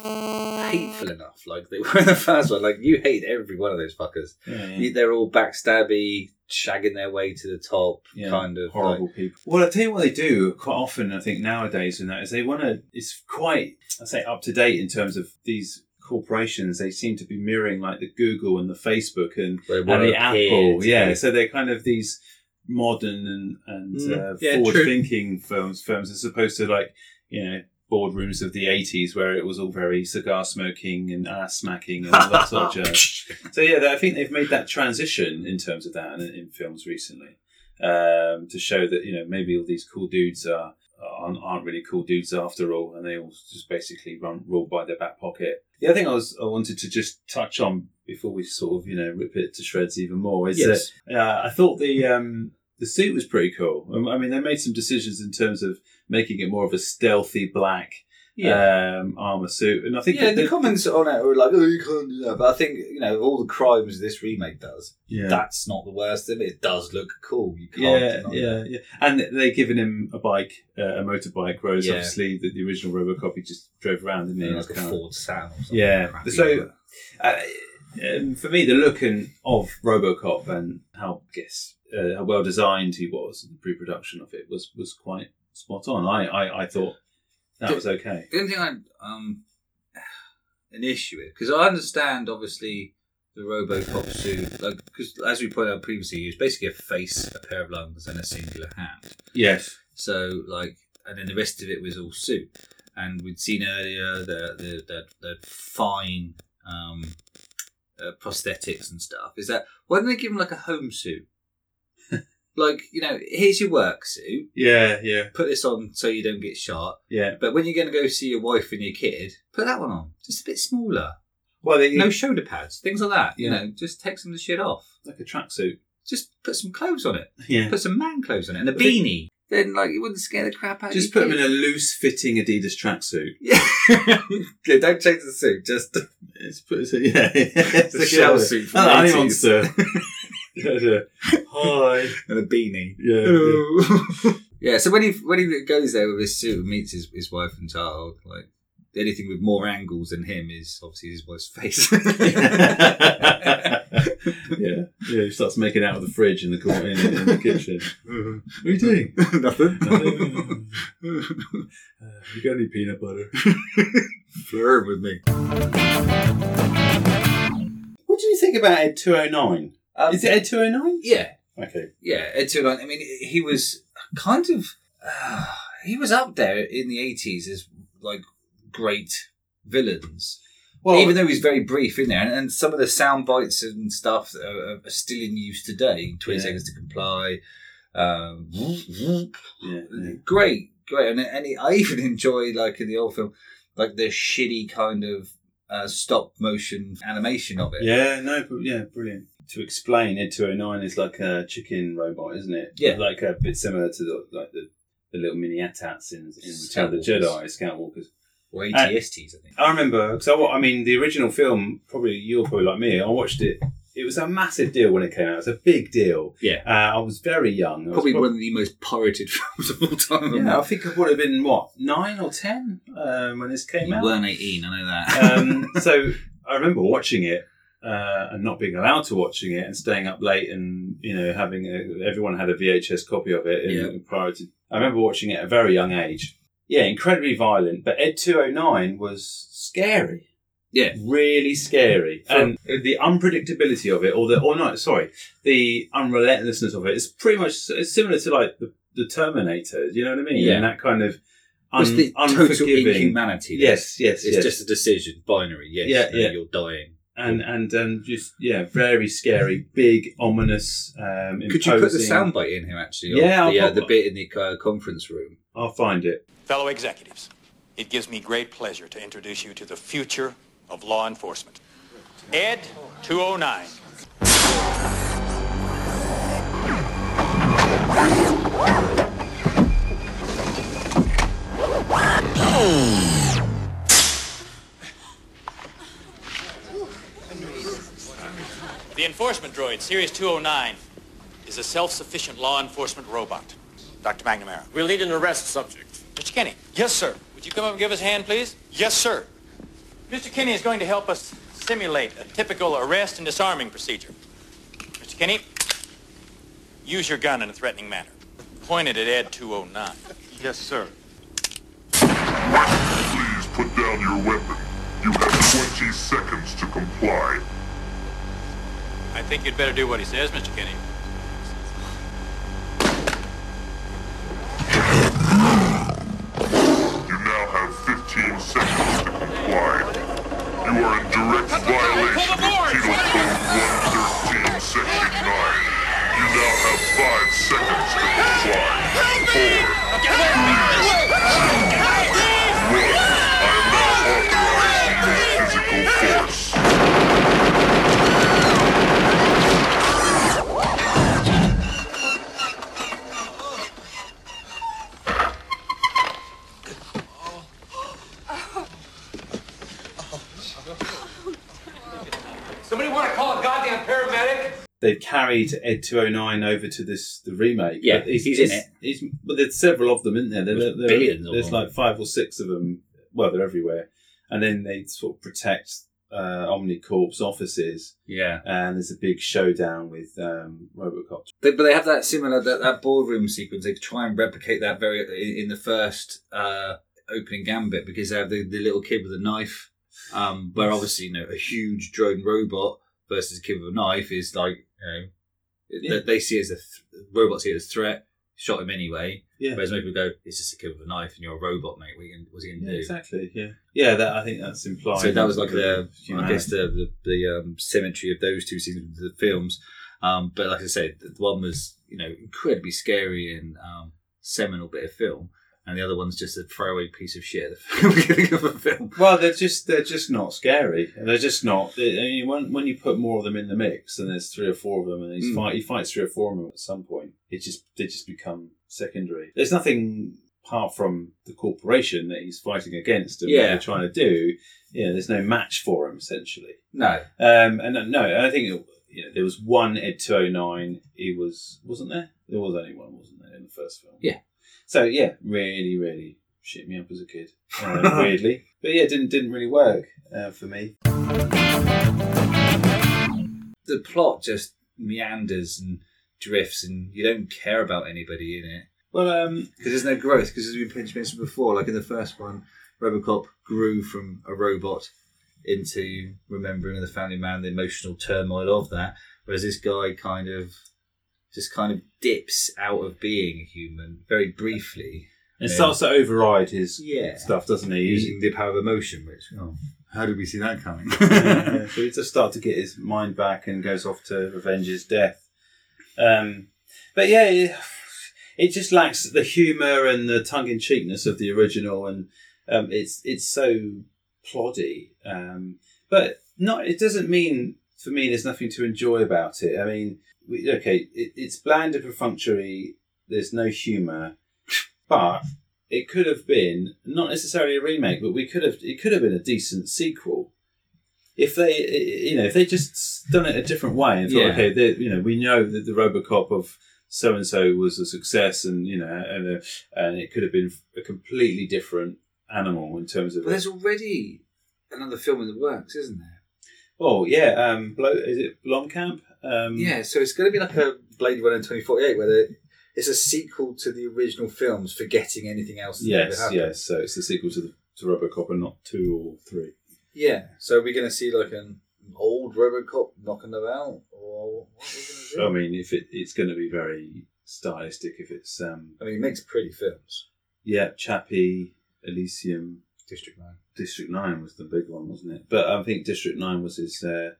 C: hateful enough, like they were in the first one. Like you hate every one of those fuckers.
B: Yeah, yeah.
C: You- They're all backstabby, shagging their way to the top,
B: Yeah,
C: kind of
B: horrible
C: like-
B: people. Well, I tell you what they do quite often. I think nowadays, and that is they want to. It's quite, I say, up to date in terms of these corporations. They seem to be mirroring like the Google and the Facebook and,
C: They
B: and
C: wanna
B: the
C: appear
B: Apple.
C: to
B: Yeah,
C: be-
B: so they're kind of these modern and, and
C: Mm,
B: uh,
C: yeah, true.
B: forward-thinking firms. Firms as opposed to like you know boardrooms of the 80s where it was all very cigar smoking and ass smacking and all that sort of jazz. So yeah, I think they've made that transition in terms of that in, in films recently um, to show that you know maybe all these cool dudes are aren't, aren't really cool dudes after all, and they all just basically run ruled by their back pocket. The other thing I was I wanted to just touch on before we sort of you know rip it to shreds even more is
C: Yes.
B: that uh, I thought the um, the suit Um, was pretty cool. I mean, they made some decisions in terms of making it more of a stealthy black
C: Yeah.
B: um, armor suit, and I think
C: yeah,
B: that
C: the,
B: the-
C: comments on it were like, "Oh, you can't do that." But I think you know, of all the crimes this remake does,
B: Yeah.
C: that's not the worst of it. It does look cool. You can't.
B: Yeah,
C: deny
B: yeah, yeah. And they're giving him a bike, uh, a motorbike, whereas
C: Yeah.
B: obviously the, the original Robocop he just drove around, didn't
C: that.
B: he?
C: You know,
B: It's
C: like a
B: kind of-
C: Ford Sam. Or something.
B: Yeah.
C: Crappy
B: So, uh, um, for me, the look and of RoboCop and how I guess uh, how well designed he was, the pre-production of it was was quite spot on. I I, I thought that
C: The-
B: was okay.
C: The only thing I um an issue with because I understand obviously the RoboCop suit, like because as we pointed out previously, it was basically a face, a pair of lungs, and a singular hand.
B: Yes.
C: So like, and then the rest of it was all suit. And we'd seen earlier the the the, the fine um, uh, prosthetics and stuff. Is that why didn't they give him like a home suit? like you know, here's your work suit.
B: Yeah, yeah,
C: Put this on so you don't get shot.
B: yeah.
C: But when you're going to go see your wife and your kid, put that one on. Just a bit smaller.
B: Well, they,
C: No shoulder pads, things like that. You
B: Yeah.
C: know, just take some of the shit off.
B: like a tracksuit.
C: Just put some clothes on it.
B: Yeah.
C: Put some man clothes on it and a
B: But they-
C: beanie. Then, like, you wouldn't scare the crap out
B: Just
C: of
B: put him
C: your
B: in a loose-fitting Adidas tracksuit.
C: kid. Yeah, don't change the suit. Just
B: It's put it's a, yeah, it's
C: The shell suit from the
B: Hello,
C: 80s.
B: anyone, sir. yeah, yeah. Hi.
C: and a beanie.
B: Yeah,
C: Yeah. So when he when he goes there with his suit and meets his, his wife and child, like anything with more angles than him is obviously his wife's face.
B: yeah, yeah. He starts making out of the fridge in the corner in, in the kitchen. what are you doing?
C: Nothing.
B: Uh, you got any peanut butter?
C: Flirt with me.
B: What do you think about Ed Two Hundred Nine?
C: Um,
B: Is it Ed Two Hundred Nine?
C: Yeah,
B: Okay.
C: yeah. Ed Tulin. I mean, he was kind of uh, he was up there in the eighties as like great villains.
B: Well-
C: even though he's very brief in there, and, and some of the sound bites and stuff are, are- are still in use today. Twenty
B: Yeah.
C: seconds to comply. Um,
B: Yeah. yeah.
C: great, great, and, and I even enjoy like in the old film, like the shitty kind of uh, stop motion animation of it.
B: Yeah, no, br- yeah, brilliant. To explain, Ed Two Hundred Nine is like a chicken robot, isn't it?
C: Yeah.
B: like a bit similar to the like the, the little mini Atats in, in Return of the
C: Scout
B: Jedi, Scout Walkers. Uh,
C: or ATSTs, I think.
B: I remember because I, wa- I mean the original film. Probably you're probably like me. I watched it. It was a massive deal when it came out. It was a big deal.
C: Yeah.
B: Uh, I was very young. I was
C: Probably
B: prob-
C: one of the most pirated films of all time.
B: Yeah, I think I would have been what nine or ten um, when this came
C: You
B: out.
C: weren't 18, I know that.
B: um, so I remember watching it uh, and not being allowed to watching it and staying up late and you know having a, everyone had a VHS copy of it and,
C: Yeah.
B: and pirated. I remember watching it at a very young age. Yeah, incredibly violent, but Ed Two Hundred Nine was scary
C: yeah.
B: really scary and the unpredictability of it or the or no sorry the unrelentlessness of it is pretty much it's similar to like the, the terminator you know what i mean
C: Yeah.
B: and that kind of un,
C: It's the total
B: unforgiving
C: inhumanity. there.
B: yes yes
C: It's
B: yes.
C: just a decision, binary. Yes,
B: Yeah,
C: no,
B: yeah.
C: you're dying.
B: and and um, just yeah very scary big ominous um
C: Could you put the
B: imposing-
C: soundbite in here, actually? of
B: Yeah, I'll
C: The, uh,
B: pop-
C: the bit in the uh, conference room.
B: i'll find it
M: Fellow executives, it gives me great pleasure to introduce you to the future of law enforcement. Ed 209. The enforcement droid, Series 209, is a self-sufficient law enforcement robot. Dr. McNamara.
N: We'll need an arrest subject.
M: Mr. Kenny. Yes, sir. Would you come up and give us a hand, please? Yes, sir. Mr. Kenny is going to help us simulate a typical arrest and disarming procedure. Mr. Kenny, use your gun in a threatening manner. Point it at Ed 209. Yes, sir.
O: Please put down your weapon. You have 20 seconds to comply.
M: I think you'd better do what he says, Mr. Kenny.
O: You now have 15 seconds to comply. You are in direct violation of Penal Code 113, Section 9. You now have 5 seconds to comply. 4, 3, 2, 1. I am now authorizing your physical force.
B: they've carried Ed 209 over to this the remake.
C: Yeah,
B: But it's-
C: he's in
B: it's- it's- but there's several of them, isn't there? There-
C: There's
B: there-
C: billions of
B: There's
C: them.
B: like five or six of them. Well, they're everywhere. And then they sort of protect uh, Omnicorp's offices.
C: Yeah.
B: And there's a big showdown with um, Robocop.
C: They, but they have that similar that, that boardroom sequence. They try and replicate that very in, in the first uh, opening gambit because they have the, the little kid with a knife, um, where obviously you know a huge drone robot versus a kid with a knife is like you know
B: Yeah.
C: they, they see it as a th- robots see it as a threat. Shot him anyway.
B: Yeah.
C: Whereas most people go, "It's just a kid with a knife, and you're a robot, mate. What are you gonna, what's he gonna
B: Yeah,
C: do?"
B: exactly. Yeah. Yeah, that, I think that's implied.
C: So that was like the, I
B: Humanity.
C: guess the the, the um, symmetry of those two scenes of the films. Um, but like I said, the one was you know incredibly scary and um, seminal bit of film, and the other one's just a throwaway piece of shit. of a film.
B: Well, they're just they're just not scary. They're just not. They, I mean, when when you put more of them in the mix, and there's three or four of them, and he's
C: Mm.
B: fight he fights three or four of them at some point. It just they just become secondary. There's nothing apart from the corporation that he's fighting against and what
C: Yeah.
B: they're trying to do. You know, there's no match for him essentially.
C: No.
B: Um, and uh, no, I think you know there was one Ed 209. He was wasn't there. There was only one, wasn't there, in the first film?
C: Yeah.
B: So yeah, really, really shit me up as a kid, uh, weirdly. But yeah, it didn't didn't really work uh, for me.
C: the plot just meanders and drifts, and you don't care about anybody in it.
B: Well, um,
C: because there's no growth. Because as we mentioned before, like in the first one, RoboCop grew from a robot into remembering the family man, the emotional turmoil of that. Whereas this guy kind of just kind of dips out of being a human very briefly.
B: It starts to override his
C: Yeah.
B: stuff, doesn't he?
C: using the power of emotion, which oh, how did we see that coming?
B: Yeah, so he just starts to get his mind back and goes off to revenge his death. Um, but yeah, it, it just lacks the humour and the tongue in cheekness of the original, and um, it's it's so ploddy. Um, but not it doesn't mean for me there's nothing to enjoy about it. I mean, we, okay, it, it's bland and perfunctory. There's no humour, but it could have been not necessarily a remake, but we could have it could have been a decent sequel if they you know if they just done it a different way and thought
C: Yeah.
B: okay they, you know we know that the RoboCop of so and so was a success and you know and, uh, and it could have been a completely different animal in terms of
C: But there's already another film in the works, isn't there?
B: oh yeah um Blo- is it Blomkamp um
C: Yeah, so it's going to be like a Blade Runner 2048, where the, it's a sequel to the original films, forgetting anything else. That ever
B: yes
C: happened.
B: yes so it's the sequel to the to RoboCop and not two or three
C: Yeah. So are we going to see like an old Robocop knocking them out, or what are we
B: I
C: going to do?
B: mean if it it's going to be very stylistic if it's um
C: I mean, he makes pretty films.
B: yeah Chappie Elysium
C: District Nine.
B: District Nine was the big one, wasn't it? But I think District Nine was his uh,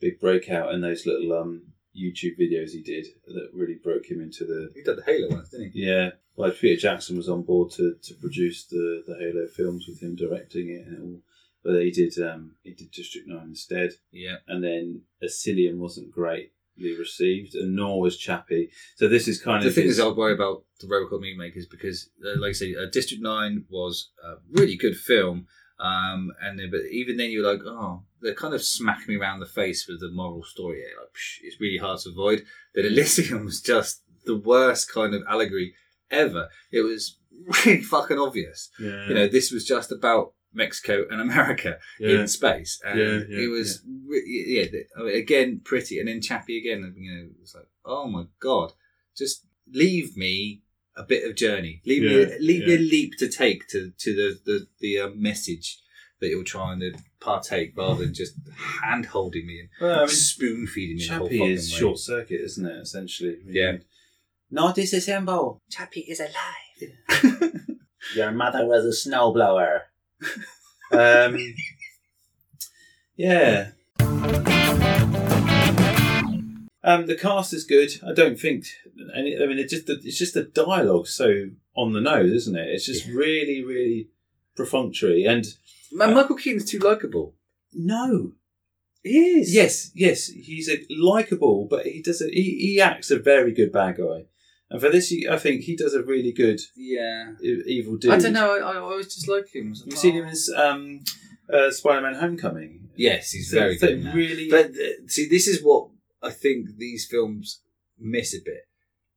B: big breakout, and those little um, YouTube videos he did that really broke him into the.
C: He did the Halo ones, didn't he?
B: Yeah, well, Peter Jackson was on board to, to produce the, the Halo films with him directing it and it all, but he did um, he did District Nine instead,
C: Yeah.
B: and then Asylum wasn't greatly received, and nor was Chappie. So this is kind
C: the
B: of
C: thing
B: his-
C: is, I worry about the Robocop meat makers because, uh, like I say, uh, District Nine was a really good film, um, and then, but even then you're like, oh, they're kind of smacking me around the face with the moral story. here. Like, psh, it's really hard to avoid. That Elysium was just the worst kind of allegory ever. It was really fucking obvious.
B: Yeah.
C: You know, this was just about Mexico and America
B: Yeah.
C: in space, and
B: Yeah, yeah,
C: it was re- yeah, th- I mean, again pretty, and then Chappie again. You know, it's like, oh my god, just leave me a bit of journey, leave me,
B: Yeah,
C: leave me a
B: yeah.
C: leap to take to to the the the uh, message that you're trying to partake, rather than just hand holding me and
B: Well, I mean,
C: spoon feeding me. the whole
B: Chappie
C: fucking
B: is
C: way.
B: short circuit, isn't it? Essentially,
C: Yeah.
B: Not disassemble.
C: Chappie is alive.
B: Your mother was a snowblower. um, yeah. Um, the cast is good. I don't think. Any, I mean, it's just the, it's just the dialogue so on the nose, isn't it? It's just really, really perfunctory. And
C: Man, Michael Keaton's too likable.
B: no,
C: He is.
B: yes, yes, he's a likable, but he does a, he, he acts a very good bad guy. And for this, he- I think he does a really good
C: Yeah.
B: e- evil dude.
C: I don't know. I, I always just like him.
B: Have you seen him as um, uh, Spider-Man: Homecoming?
C: Yes, he's
B: So-
C: very
B: so
C: good. in that.
B: really-
C: but uh, see, this is what I think these films miss a bit.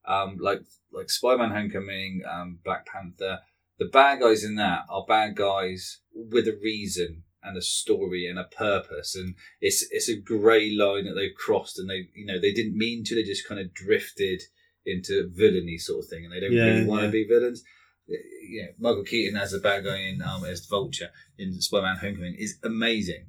C: Um, like like Spider-Man: Homecoming, um, Black Panther. The bad guys in that are bad guys with a reason and a story and a purpose, and it's it's a grey line that they've crossed, and they you know they didn't mean to. They just kind of drifted into villainy sort of thing, and they don't
B: Yeah,
C: really want to
B: yeah.
C: be villains. You know, Michael Keaton as a bad guy in um, as Vulture in Spider-Man: Homecoming is amazing.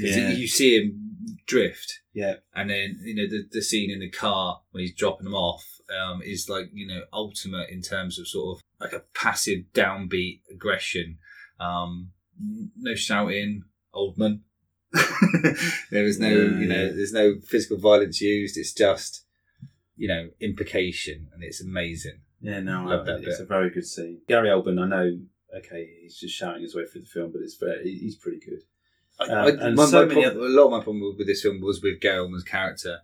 C: 'Cause
B: Yeah.
C: you see him drift,
B: Yeah.
C: and then you know the, the scene in the car when he's dropping them off um, is like you know ultimate in terms of sort of like a passive downbeat aggression. Um, n- no shouting, old man. there is no
B: Yeah,
C: you know
B: yeah.
C: there's no physical violence used. It's just you know implication, and it's amazing.
B: Yeah, no,
C: Love
B: I,
C: that
B: it's
C: bit.
B: a very good scene. Gary Oldman, I know. Okay, he's just shouting his way through the film, but it's very, he- he's pretty good.
C: I-
B: Um, and
C: my-
B: so
C: my
B: many
C: prob-
B: other.
C: a lot of my problem with this film was with Gary Oldman's character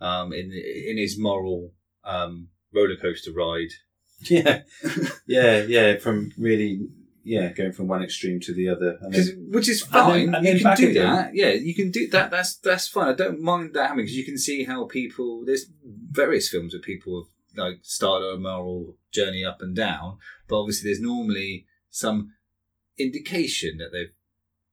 C: um, in in his moral um, roller coaster ride.
B: Yeah, yeah, yeah. From really, yeah, going from one extreme to the other, and
C: 'Cause-
B: then-
C: which is
B: and then- and
C: fine.
B: then
C: you can
B: back
C: do
B: again.
C: that. Yeah, you can do that. That's that's fine. I don't mind that happening because you can see how people. There's various films where people have like started a moral journey up and down, but obviously there's normally some indication that they've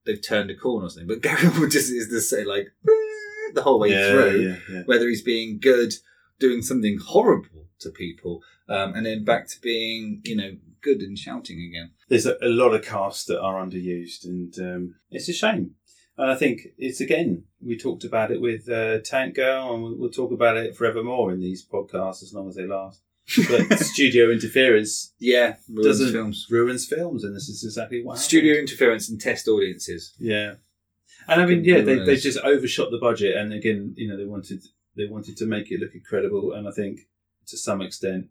C: they've turned a corner or something. But Gary Oldman just is the say like the whole way
B: Yeah,
C: through,
B: yeah, yeah.
C: whether he's being good, doing something horrible to people, um, and then back to being you know good and shouting again.
B: there's a, a lot of casts that are underused, and um, it's a shame. And I think it's again we talked about it with uh, Tank Girl, and we'll, we'll talk about it forevermore in these podcasts as long as they last. But studio interference
C: Yeah, ruins
B: doesn't
C: films.
B: ruins films, and this is exactly what happened.
C: studio interference and test audiences.
B: Yeah, and I mean, yeah, they, they
C: Ruins.
B: just overshot the budget, and again, you know, they wanted they wanted to make it look incredible, and I think to some extent,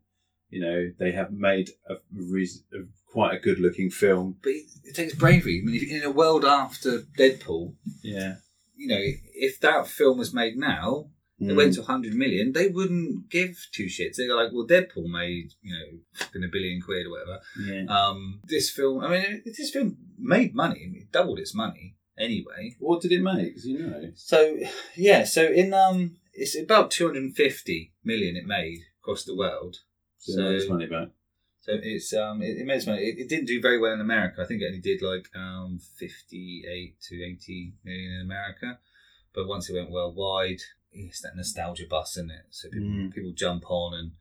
B: you know, they have made a, reas- a quite a good looking film.
C: But it, it takes bravery. I mean, if, in a world after Deadpool,
B: Yeah,
C: you know, if that film was made now, it
B: Mm.
C: went to 100 million, they wouldn't give two shits. They're like, well, Deadpool made, you know, fucking a billion quid or whatever.
B: yeah.
C: Um, this film, I mean, it- this film made money. I mean, it doubled its money anyway.
B: What did it make? 'Cause you know.
C: So, yeah, so in, um, it's about 250 million it made across the world.
B: So, so money back.
C: So it's um it, it made its money. It, it didn't do very well in America. I think it only did like um fifty eight to eighty million in America. But once it went worldwide, it's that nostalgia bus, isn't it? So people,
B: Mm.
C: people jump on, and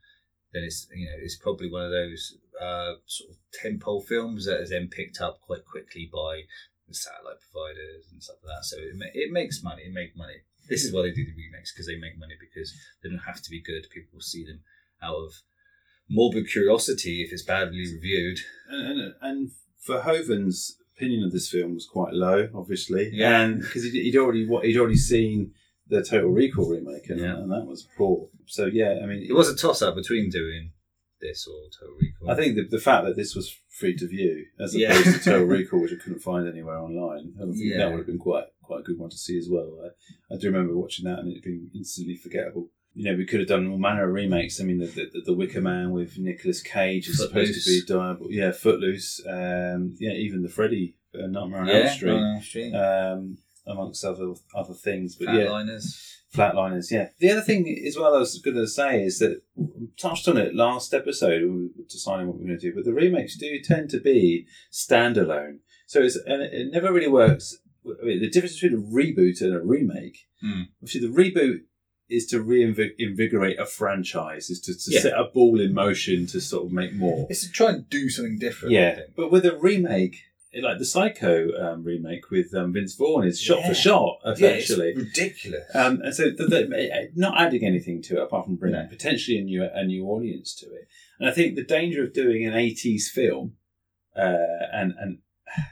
C: then it's you know it's probably one of those uh sort of tentpole films that is then picked up quite quickly by the satellite providers and stuff like that. So it ma- it makes money. It makes money. This is why they do the remakes because they make money because they don't have to be good. People will see them out of morbid curiosity if it's badly reviewed.
B: And, and, and Verhoeven's opinion of this film was quite low, obviously.
C: Yeah.
B: And because he'd, he'd already wa- he'd already seen the Total Recall remake, and,
C: Yeah.
B: and that was poor. So yeah, I mean,
C: It was a toss up between doing this or Total Recall.
B: I think the, the fact that this was free to view as
C: Yeah.
B: opposed to Total Recall, which I couldn't find anywhere online, I think
C: Yeah.
B: that would have been quite quite a good one to see as well. I, I do remember watching that and it being instantly forgettable. You know, we could have done all manner of remakes. I mean, the the, the Wicker Man with Nicolas Cage is supposed to
C: Footloose.
B: be diable. Yeah, Footloose. Um, yeah, even the Freddy uh, Nightmare on Elm
C: yeah, uh,
B: Street,
C: Elm Street.
B: um, amongst other other things. But yeah,
C: Flatliners.
B: Flatliners, yeah. The other thing as well I was going to say is that we touched on it last episode when we were deciding what we are going to do, but the remakes do tend to be standalone. So it's, and it- it never really works. I mean, the difference between a reboot and a remake,
C: Hmm.
B: obviously the reboot is to reinvigorate a franchise, is to, to
C: Yeah.
B: set a ball in motion to sort of make more.
C: It's to try and do something different. I
B: Yeah,
C: think.
B: but with a remake, like the Psycho um, remake with um, Vince Vaughn, is shot
C: Yeah.
B: for shot,
C: Yeah, it's
B: essentially.
C: ridiculous.
B: Uh, Um, and so the, the, eh, not adding anything to it apart from bringing
C: No.
B: potentially a new a new audience to it. And I think the danger of doing an '80s film uh, and and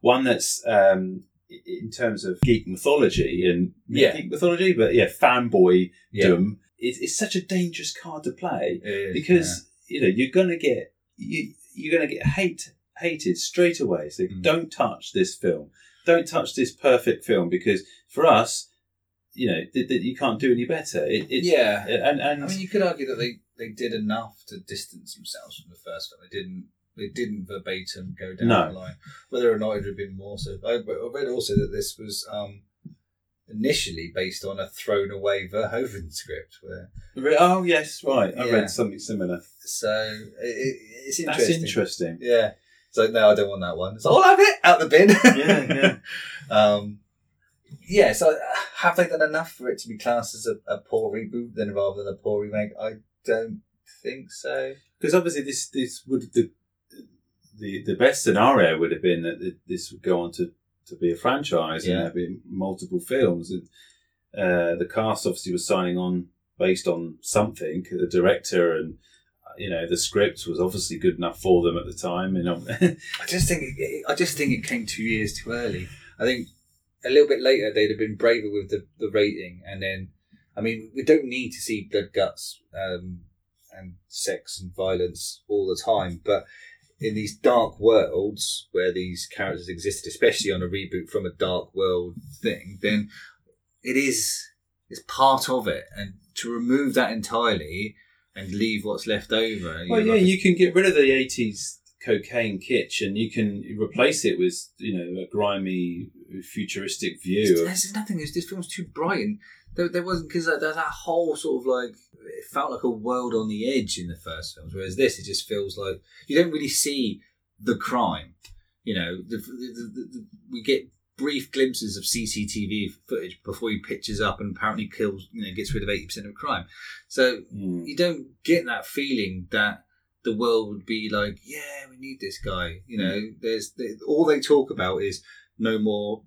B: one that's um, i- in terms of geek mythology and not
C: Yeah.
B: geek mythology, but yeah, fanboy
C: Yeah.
B: dom. It's, it's such a dangerous card to play
C: It is,
B: because you know you're gonna get you you're gonna get hate hated straight away. So
C: Mm.
B: don't touch this film. Don't touch this perfect film because for us, you know, th- th- you can't do any better. It, it's,
C: Yeah.
B: and and
C: I mean, you could argue that they, they did enough to distance themselves from the first film. They didn't they didn't verbatim go down
B: No.
C: the line. Whether or not it would have been more so, I I read also that this was um, initially based on a thrown away Verhoeven script. Where
B: Re- Oh yes, right. I
C: Yeah.
B: read something similar.
C: so it, it, it's
B: That's
C: interesting.
B: interesting.
C: Yeah. It's like no, I don't want that one. It's like, I'll have it out the bin.
B: Yeah,
C: yeah. um, yeah. So uh, have they done enough for it to be classed as a, a poor reboot then rather than a poor remake? I don't think so.
B: Because obviously, this this would the the the best scenario would have been that th- this would go on to to be a franchise
C: Yeah.
B: and there'd be multiple films. And uh, the cast obviously was signing on based on something. The director and uh, you know the script was obviously good enough for them at the time. And um,
C: I just think it- it, I just think it came two years too early. I think a little bit later they'd have been braver with the, the rating, and then I mean we don't need to see blood, guts, um, and sex and violence all the time, but in these dark worlds where these characters existed, especially on a reboot from a dark world thing, then it is it's part of it, and to remove that entirely and leave what's left over.
B: well,
C: you're
B: yeah,
C: like-
B: you can get rid of the eighties cocaine kitsch and you can replace it with you know a grimy futuristic view. of-
C: There's nothing. It's, this film's too bright, and there, there wasn't because that, that that whole sort of like it felt like a world on the edge in the first films, whereas this it just feels like you don't really see the crime. You know, the, the, the, the, we get brief glimpses of CCTV footage before he pitches up and apparently kills. You know, gets rid of eighty percent of crime. So
B: hmm.
C: you don't get that feeling that the world would be like, yeah, we need this guy. You know, there's there, all they talk about is no more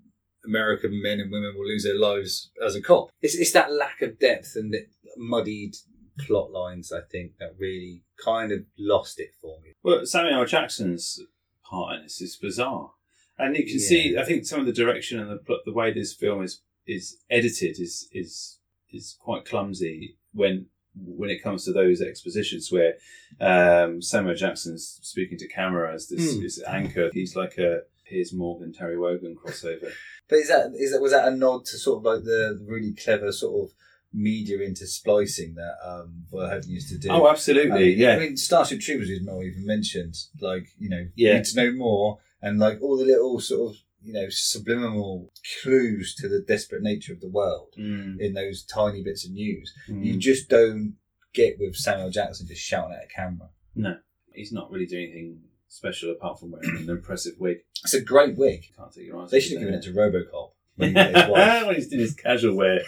C: American men and women will lose their lives as a cop. It's it's that lack of depth and the muddied plot lines. I think that really kind of lost it for me.
B: Well, Samuel L. Jackson's part in this is bizarre, and you can see. I think some of the direction and the pl- the way this film is is edited is is is quite clumsy when when it comes to those expositions where um, Samuel Jackson's speaking to camera as this,
C: Hmm.
B: this anchor. He's like a Piers Morgan Terry Wogan crossover.
C: But is that is that was that a nod to sort of like the really clever sort of media intersplicing that um Verhoeven used to do?
B: Oh, absolutely,
C: Um,
B: yeah.
C: I mean, Starship Troopers is not even mentioned. Like you know,
B: Yeah.
C: need to know more, and like all the little sort of you know subliminal clues to the desperate nature of the world in those tiny bits of news.
B: Mm.
C: You just don't get with Samuel Jackson just shouting at a camera.
B: No, he's not really doing anything special apart from wearing an impressive wig.
C: It's a great wig.
B: Can't take your eyes.
C: They
B: off
C: should have
B: it,
C: given it
B: yeah.
C: to RoboCop. When he met his wife.
B: when he's doing his casual wear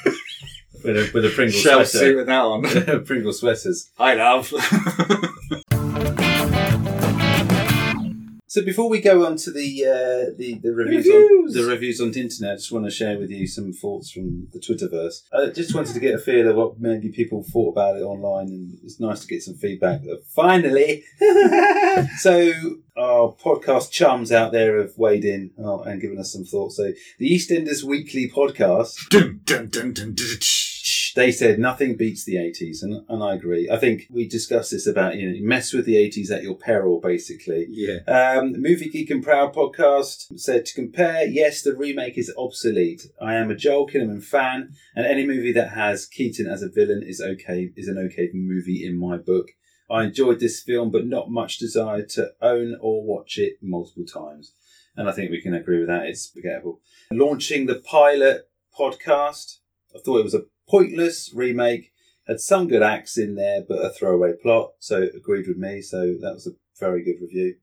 B: with a with a Pringle sweater.
C: Shell suit with that on.
B: Pringle sweaters.
C: I love.
B: So before we go on to the uh, the the reviews,
C: Reviews.
B: On, the reviews on the internet, I just want to share with you some thoughts from the Twitterverse. I just wanted to get a feel of what maybe people thought about it online, and it's nice to get some feedback. Finally, so our podcast chums out there have weighed in uh, and given us some thoughts. So the EastEnders Weekly podcast. they said nothing beats the 80s and, and i agree i think we discussed this about you know you mess with the 80s at your peril basically
C: Yeah.
B: um, movie geek and proud podcast said to compare yes the remake is obsolete i am a joel kinnaman fan and any movie that has keaton as a villain is okay is an okay movie in my book i enjoyed this film but not much desire to own or watch it multiple times and I think we can agree with that. It's forgettable. Launching the pilot podcast, I thought it was a pointless remake. Had some good acts in there, but a throwaway plot. So agreed with me. So that was a very good review.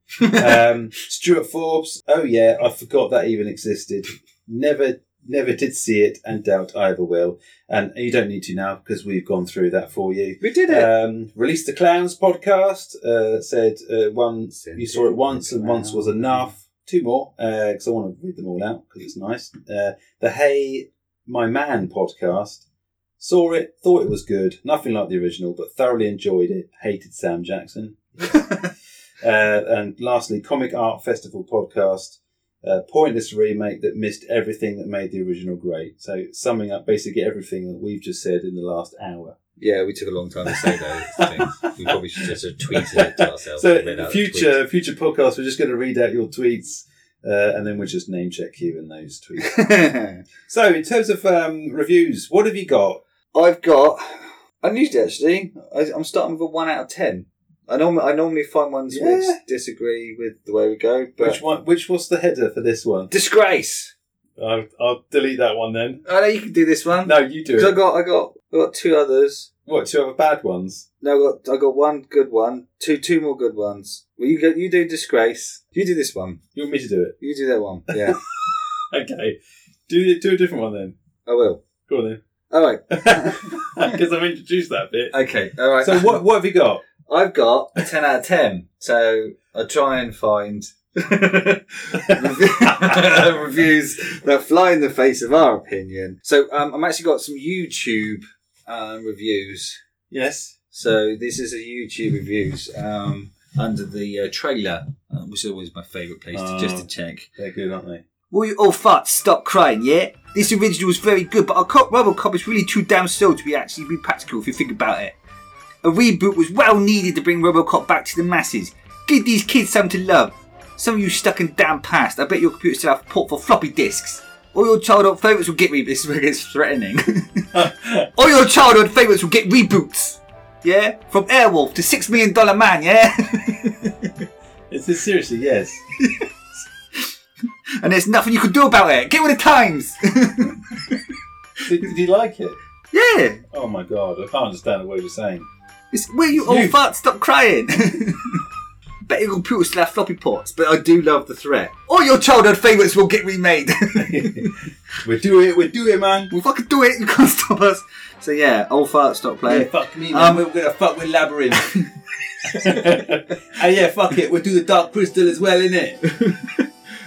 B: um, Stuart Forbes. Oh yeah, I forgot that even existed. Never, never did see it, and doubt I ever will. And you don't need to now because we've gone through that for you.
C: We did it.
B: Um, Release the Clowns podcast uh, said uh, one you saw it once and once was enough. Two more because I want to read them all out because it's nice. Uh, the Hey My Man podcast saw it, thought it was good, nothing like the original, but thoroughly enjoyed it. Hated Sam Jackson. Uh, and lastly, Comic Art Festival podcast. Uh, pointless remake that missed everything that made the original great. So summing up basically everything that we've just said in the last hour.
C: Yeah, we took a long time to say those things. We probably should just have tweeted it to ourselves.
B: So
C: and read
B: in
C: out the tweet.
B: future future podcasts, we're just going to read out your tweets, uh, and then we'll just name check you in those tweets. so in terms of um, reviews, what have you got?
C: I've got. Unusually, actually, I, I'm starting with a one out of ten. I normally I normally find ones which
B: Yeah.
C: disagree with the way we go, but
B: Which one? Which was the header for this one?
C: disgrace.
P: I'll, I'll delete that one then.
C: I know Oh, you can do this one.
P: No, you do
C: 'Cause I
P: it.
C: got, I got, I got two others.
P: What, two other bad ones?
C: No, I got, I got one good one. Two, two more good ones. Well, you go, you do disgrace. You do this one.
P: You want me to do it?
C: You do that one. Yeah,
P: Okay. Do do a different one then.
C: I will.
P: Go on then.
C: All right.
P: Because I've introduced that bit.
C: Okay. All right.
P: So what what have you got?
C: I've got a ten out of ten. So I try and find reviews that fly in the face of our opinion. So um, I'm actually got some YouTube um, reviews.
P: Yes.
C: So this is a YouTube reviews um, under the uh, trailer, uh, which is always my favourite place to, just to check.
P: They're good, aren't they?
C: Will you all farts stop crying, yeah? This original is very good, but our cop Robocop is really too damn slow to be actually be practical if you think about it. A reboot was well needed to bring Robocop back to the masses. Give these kids something to love. Some of you stuck in damn past, I bet your computer still have port for floppy disks. All your childhood favourites will get re- this is where it gets threatening. all your childhood favourites will get reboots. Yeah? From Airwolf to Six Million Dollar Man, yeah?
P: Is this seriously? Yes.
C: and there's nothing you can do about it. Get with the times!
P: did, did you like it?
C: Yeah.
P: Oh my god, I can't understand a word you're saying.
C: It's where you all fart, stop crying. Bet your computer still have floppy ports, but I do love the threat. All your childhood favourites will get remade.
P: we do it, we do it, man.
C: We fucking do it, you can't stop us. So yeah, all fart, stop playing.
P: Yeah, fuck me,
C: Um,
P: man. we're gonna fuck with Labyrinth. and yeah, fuck it, we'll do the Dark Crystal as well, innit?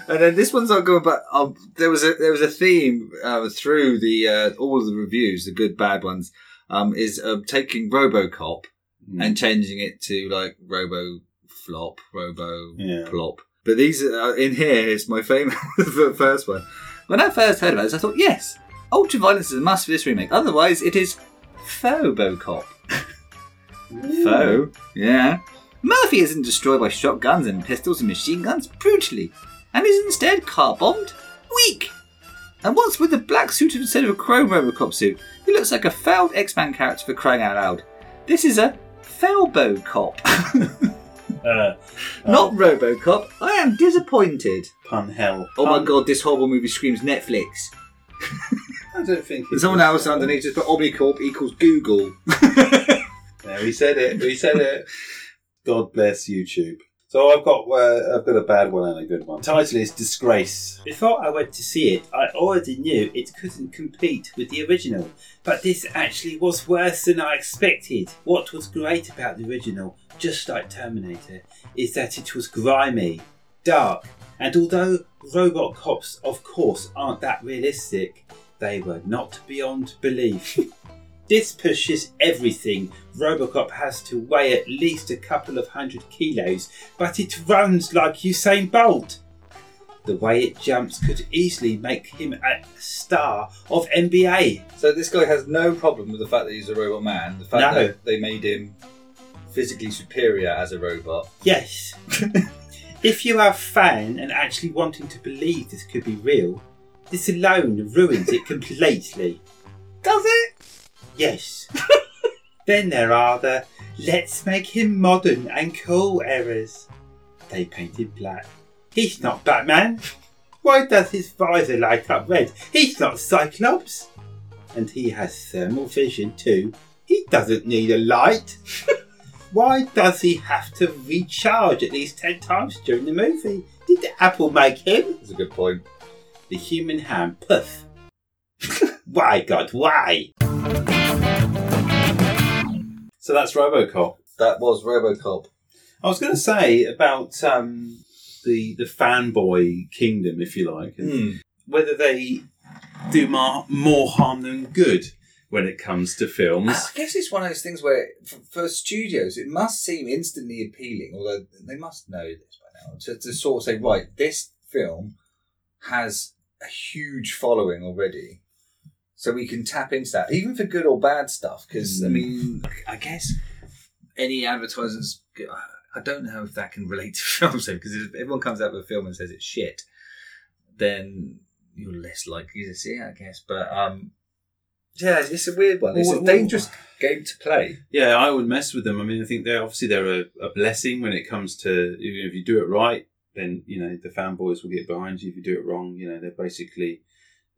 C: And then this one's not good, but um, there was a there was a theme uh, through the uh, all of the reviews, the good bad ones, um, is um, taking RoboCop and changing it to like Robo Flop, Robo
P: Yeah.
C: Plop. But these are, in here is my favorite the first one. When I first heard about this, I thought yes, ultraviolence is a must for this remake. Otherwise, it is Phobocop. Foe? Yeah. Murphy isn't destroyed by shotguns and pistols and machine guns brutally, and is instead car bombed. Weak! And what's with the black suit instead of a chrome Robocop suit? He looks like a failed X Man character for crying out loud. This is a Felbo Cop.
P: Uh,
C: Not Robocop. I am disappointed.
P: Pun hell.
C: Oh my
B: Um,
P: Pun-
C: god, this horrible movie screams Netflix.
P: I don't think it
C: And someone
P: was
C: else
B: uh,
P: that
C: underneath just put Omnicorp equals Google.
P: one. Yeah, we said it, we said it. God bless YouTube. So I've got uh, I've got a bad one and a good one. Title is Disgrace.
B: Before I went to see it, I already knew it couldn't compete with the original, but this actually was worse than I expected. What was great about the original, just like Terminator, is that it was grimy, dark, and although robot cops, of course, aren't that realistic, they were not beyond belief. This pushes everything. Robocop has to weigh at least a couple of hundred kilos, but it runs like Usain Bolt. The way it jumps could easily make him a star of NBA.
C: So this guy has no problem with the fact that he's a robot man. The fact
B: No.
C: that they made him physically superior as a robot.
B: Yes. if you are a fan and actually wanting to believe this could be real, this alone ruins it completely.
C: Does it?
B: Yes. then there are the let's make him modern and cool errors. They painted black. He's not Batman. Why does his visor light up red? He's not Cyclops. And he has thermal vision too. He doesn't need a light. Why does he have to recharge at least 10 times during the movie? Did Apple make him?
C: That's a good point.
B: The human hand, puff. why, God, why?
P: So that's RoboCop.
C: That was RoboCop.
P: I was going to say about um, the the fanboy kingdom, if you like, and
C: Hmm.
P: whether they do mar- more harm than good when it comes to films.
C: I guess it's one of those things where, for, for studios, it must seem instantly appealing, although they must know this by now, to, to sort of say, right, this film has a huge following already. So we can tap into that, even for good or bad stuff, because, I mean, I guess any advertisements, I don't know if that can relate to films, because if everyone comes out with a film and says it's shit, then you're less likely to see it, I guess. But, um, yeah, it's a weird one. It's
P: Well,
C: a
P: well,
C: dangerous game to play.
P: Yeah, I would mess with them. I mean, I think they're obviously they're a, a blessing when it comes to if you do it right, then you know the fanboys will get behind you. If you do it wrong, you know they're basically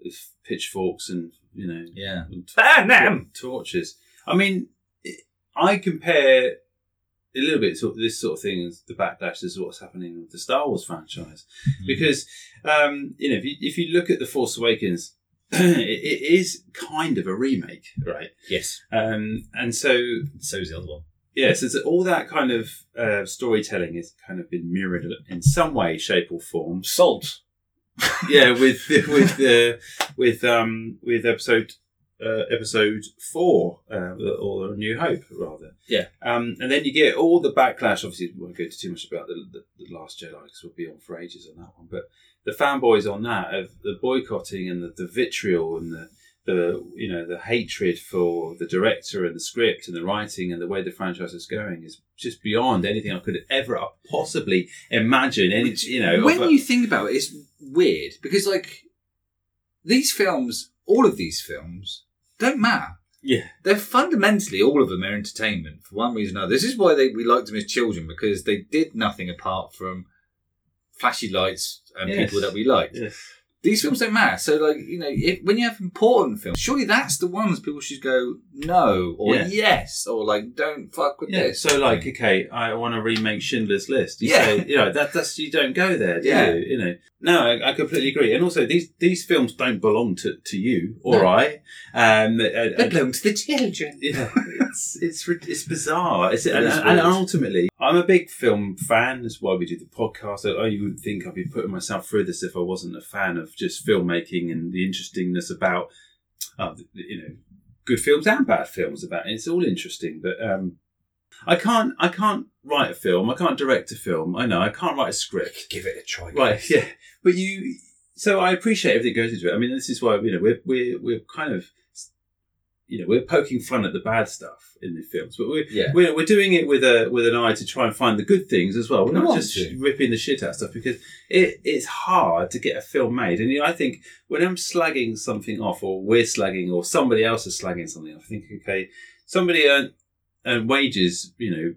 B: with pitchforks and you know
C: yeah
B: and
Q: Burn them!
B: torches. I mean, it- I compare a little bit to this sort of thing as the backlash is what's happening with the Star Wars franchise because um, you know if you, if you look at the Force Awakens. it, it is kind of a remake, right?
C: Yes.
B: Um, and so,
C: so is the other one.
B: yeah, so it's- all that kind of uh, storytelling has kind of been mirrored in some way, shape, or form.
C: Salt.
B: yeah, with with uh, with um with episode uh, episode four uh, or New Hope rather.
C: Yeah.
B: Um, and then you get all the backlash. Obviously, we won't go into too much about the, the, the Last Jedi because we'll be on for ages on that one. But the fanboys on that of the boycotting and the, the vitriol and the the you know the hatred for the director and the script and the writing and the way the franchise is going is just beyond anything I could ever possibly imagine. Any you know
C: when
B: of a-
C: you think about it, it's weird because like these films, all of these films, don't matter.
B: Yeah.
C: They're fundamentally all of them are entertainment for one reason or another. This is why they, we liked them as children because they did nothing apart from flashy lights and
B: Yes.
C: people that we liked. These films don't matter. So, like you know, if, when you have important films, surely that's the ones people should go no or
B: Yeah.
C: yes or like don't fuck with
B: Yeah.
C: this.
B: So like, okay, I want to remake Schindler's List. You
C: Mm. Yeah.
B: Say, you know that that's you don't go there. Do
C: Yeah.
B: You, you know. No, I, I completely agree. And also, these these films don't belong to, to you or
C: No.
B: I. Um, they
C: They belong to the children.
B: Yeah. It's it's rid- it's bizarre. It's,
C: It
B: and,
C: is
B: and
C: weird.
B: ultimately, I'm a big film fan. That's why we do the podcast. I, I would think I'd be putting myself through this if I wasn't a fan of just filmmaking and the interestingness about, uh, the- the- you know, good films and bad films. About it's all interesting, but um, I can't I can't write a film. I can't direct a film. I know I can't write a script.
C: Give it a try.
B: Right, yeah. But you, so I appreciate everything that goes into it. I mean, this is why you know we're we're we're kind of, you know, we're poking fun at the bad stuff in the films, but we're
C: Yeah.
B: we're, we're doing it with a with an eye to try and find the good things as well. We're
C: We
B: not
C: want
B: just
C: to.
B: ripping the shit out of stuff because it it's hard to get a film made, and you know, I think when I'm slagging something off, or we're slagging, or somebody else is slagging something, off, I think okay, somebody earned earned wages, you know.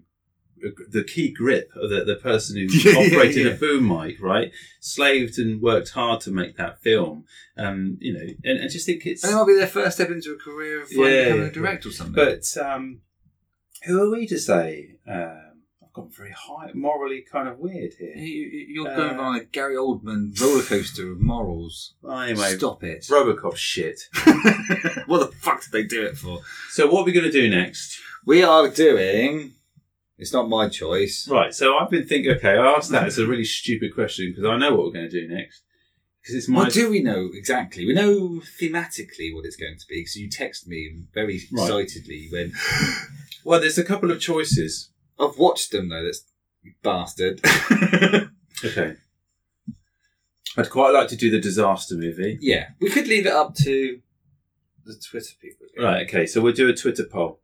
B: The key grip of the, the person who
C: Yeah, yeah,
B: operated
C: yeah.
B: a boom mic, right? Slaved and worked hard to make that film. Um, you know, and, and just think it's
C: And it might be their first step into a career of like,
B: Yeah.
C: becoming a director or something.
B: But um, who are we to say? Um, I've gone very high, morally kind of weird here.
C: You're
B: Uh,
C: going on a Gary Oldman roller coaster of morals.
B: Well, anyway,
C: Stop it.
B: Robocop shit.
C: what the fuck did they do it for?
B: So what are we going to do next?
C: We are doing. It's not my choice.
B: Right. So I've been thinking. Okay, I asked that. It's a really stupid question because I know what we're going to do next. Because it's my.
C: What do we know exactly? We know thematically what it's going to be because you text me very
B: Right.
C: excitedly when
B: Well, there's a couple of choices.
C: I've watched them though. That's you bastard.
B: Okay. I'd quite like to do the disaster movie.
C: yeah, we could leave it up to the Twitter people.
B: Right. Okay. So we'll do a Twitter poll.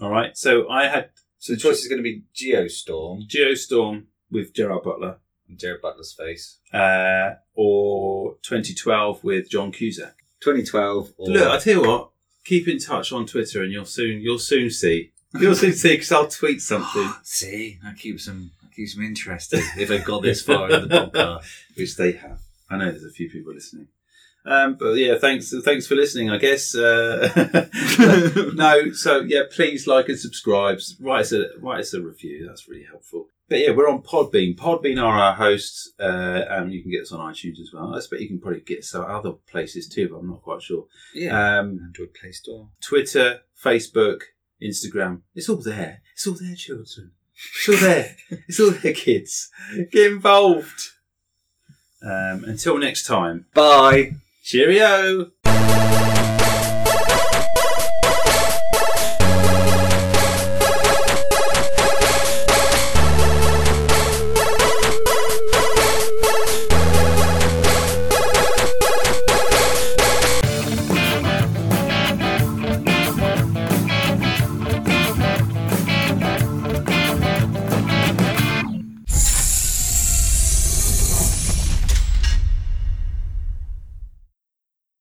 B: All right. So I had
C: So the choice is going to be Geostorm,
B: Geostorm with Gerard Butler.
C: and Jared Butler's face.
B: uh, or 2012 with John Cusack.
C: 2012. Or...
B: Look, I tell you what, keep in touch on Twitter, and you'll soon you'll soon see. You'll soon see because I'll tweet something,
C: See, that keeps them that keeps them interested if they've got this far in the podcast.
B: which they have. I know there's a few people listening. Um, but yeah, thanks thanks for listening. I guess uh, no. So yeah, please like and subscribe. Write us a write us a review. That's really helpful. But yeah, we're on Podbean. Podbean are our hosts. Uh, um, you can get us on iTunes as well. I expect you can probably get us on other places too, but I'm not quite sure.
C: Yeah,
B: Um,
C: Android Play Store.
B: Twitter, Facebook, Instagram. It's all there. It's all there, children. It's all there. it's all there, kids. Get involved. Um, until next time.
C: Bye.
B: Cheerio.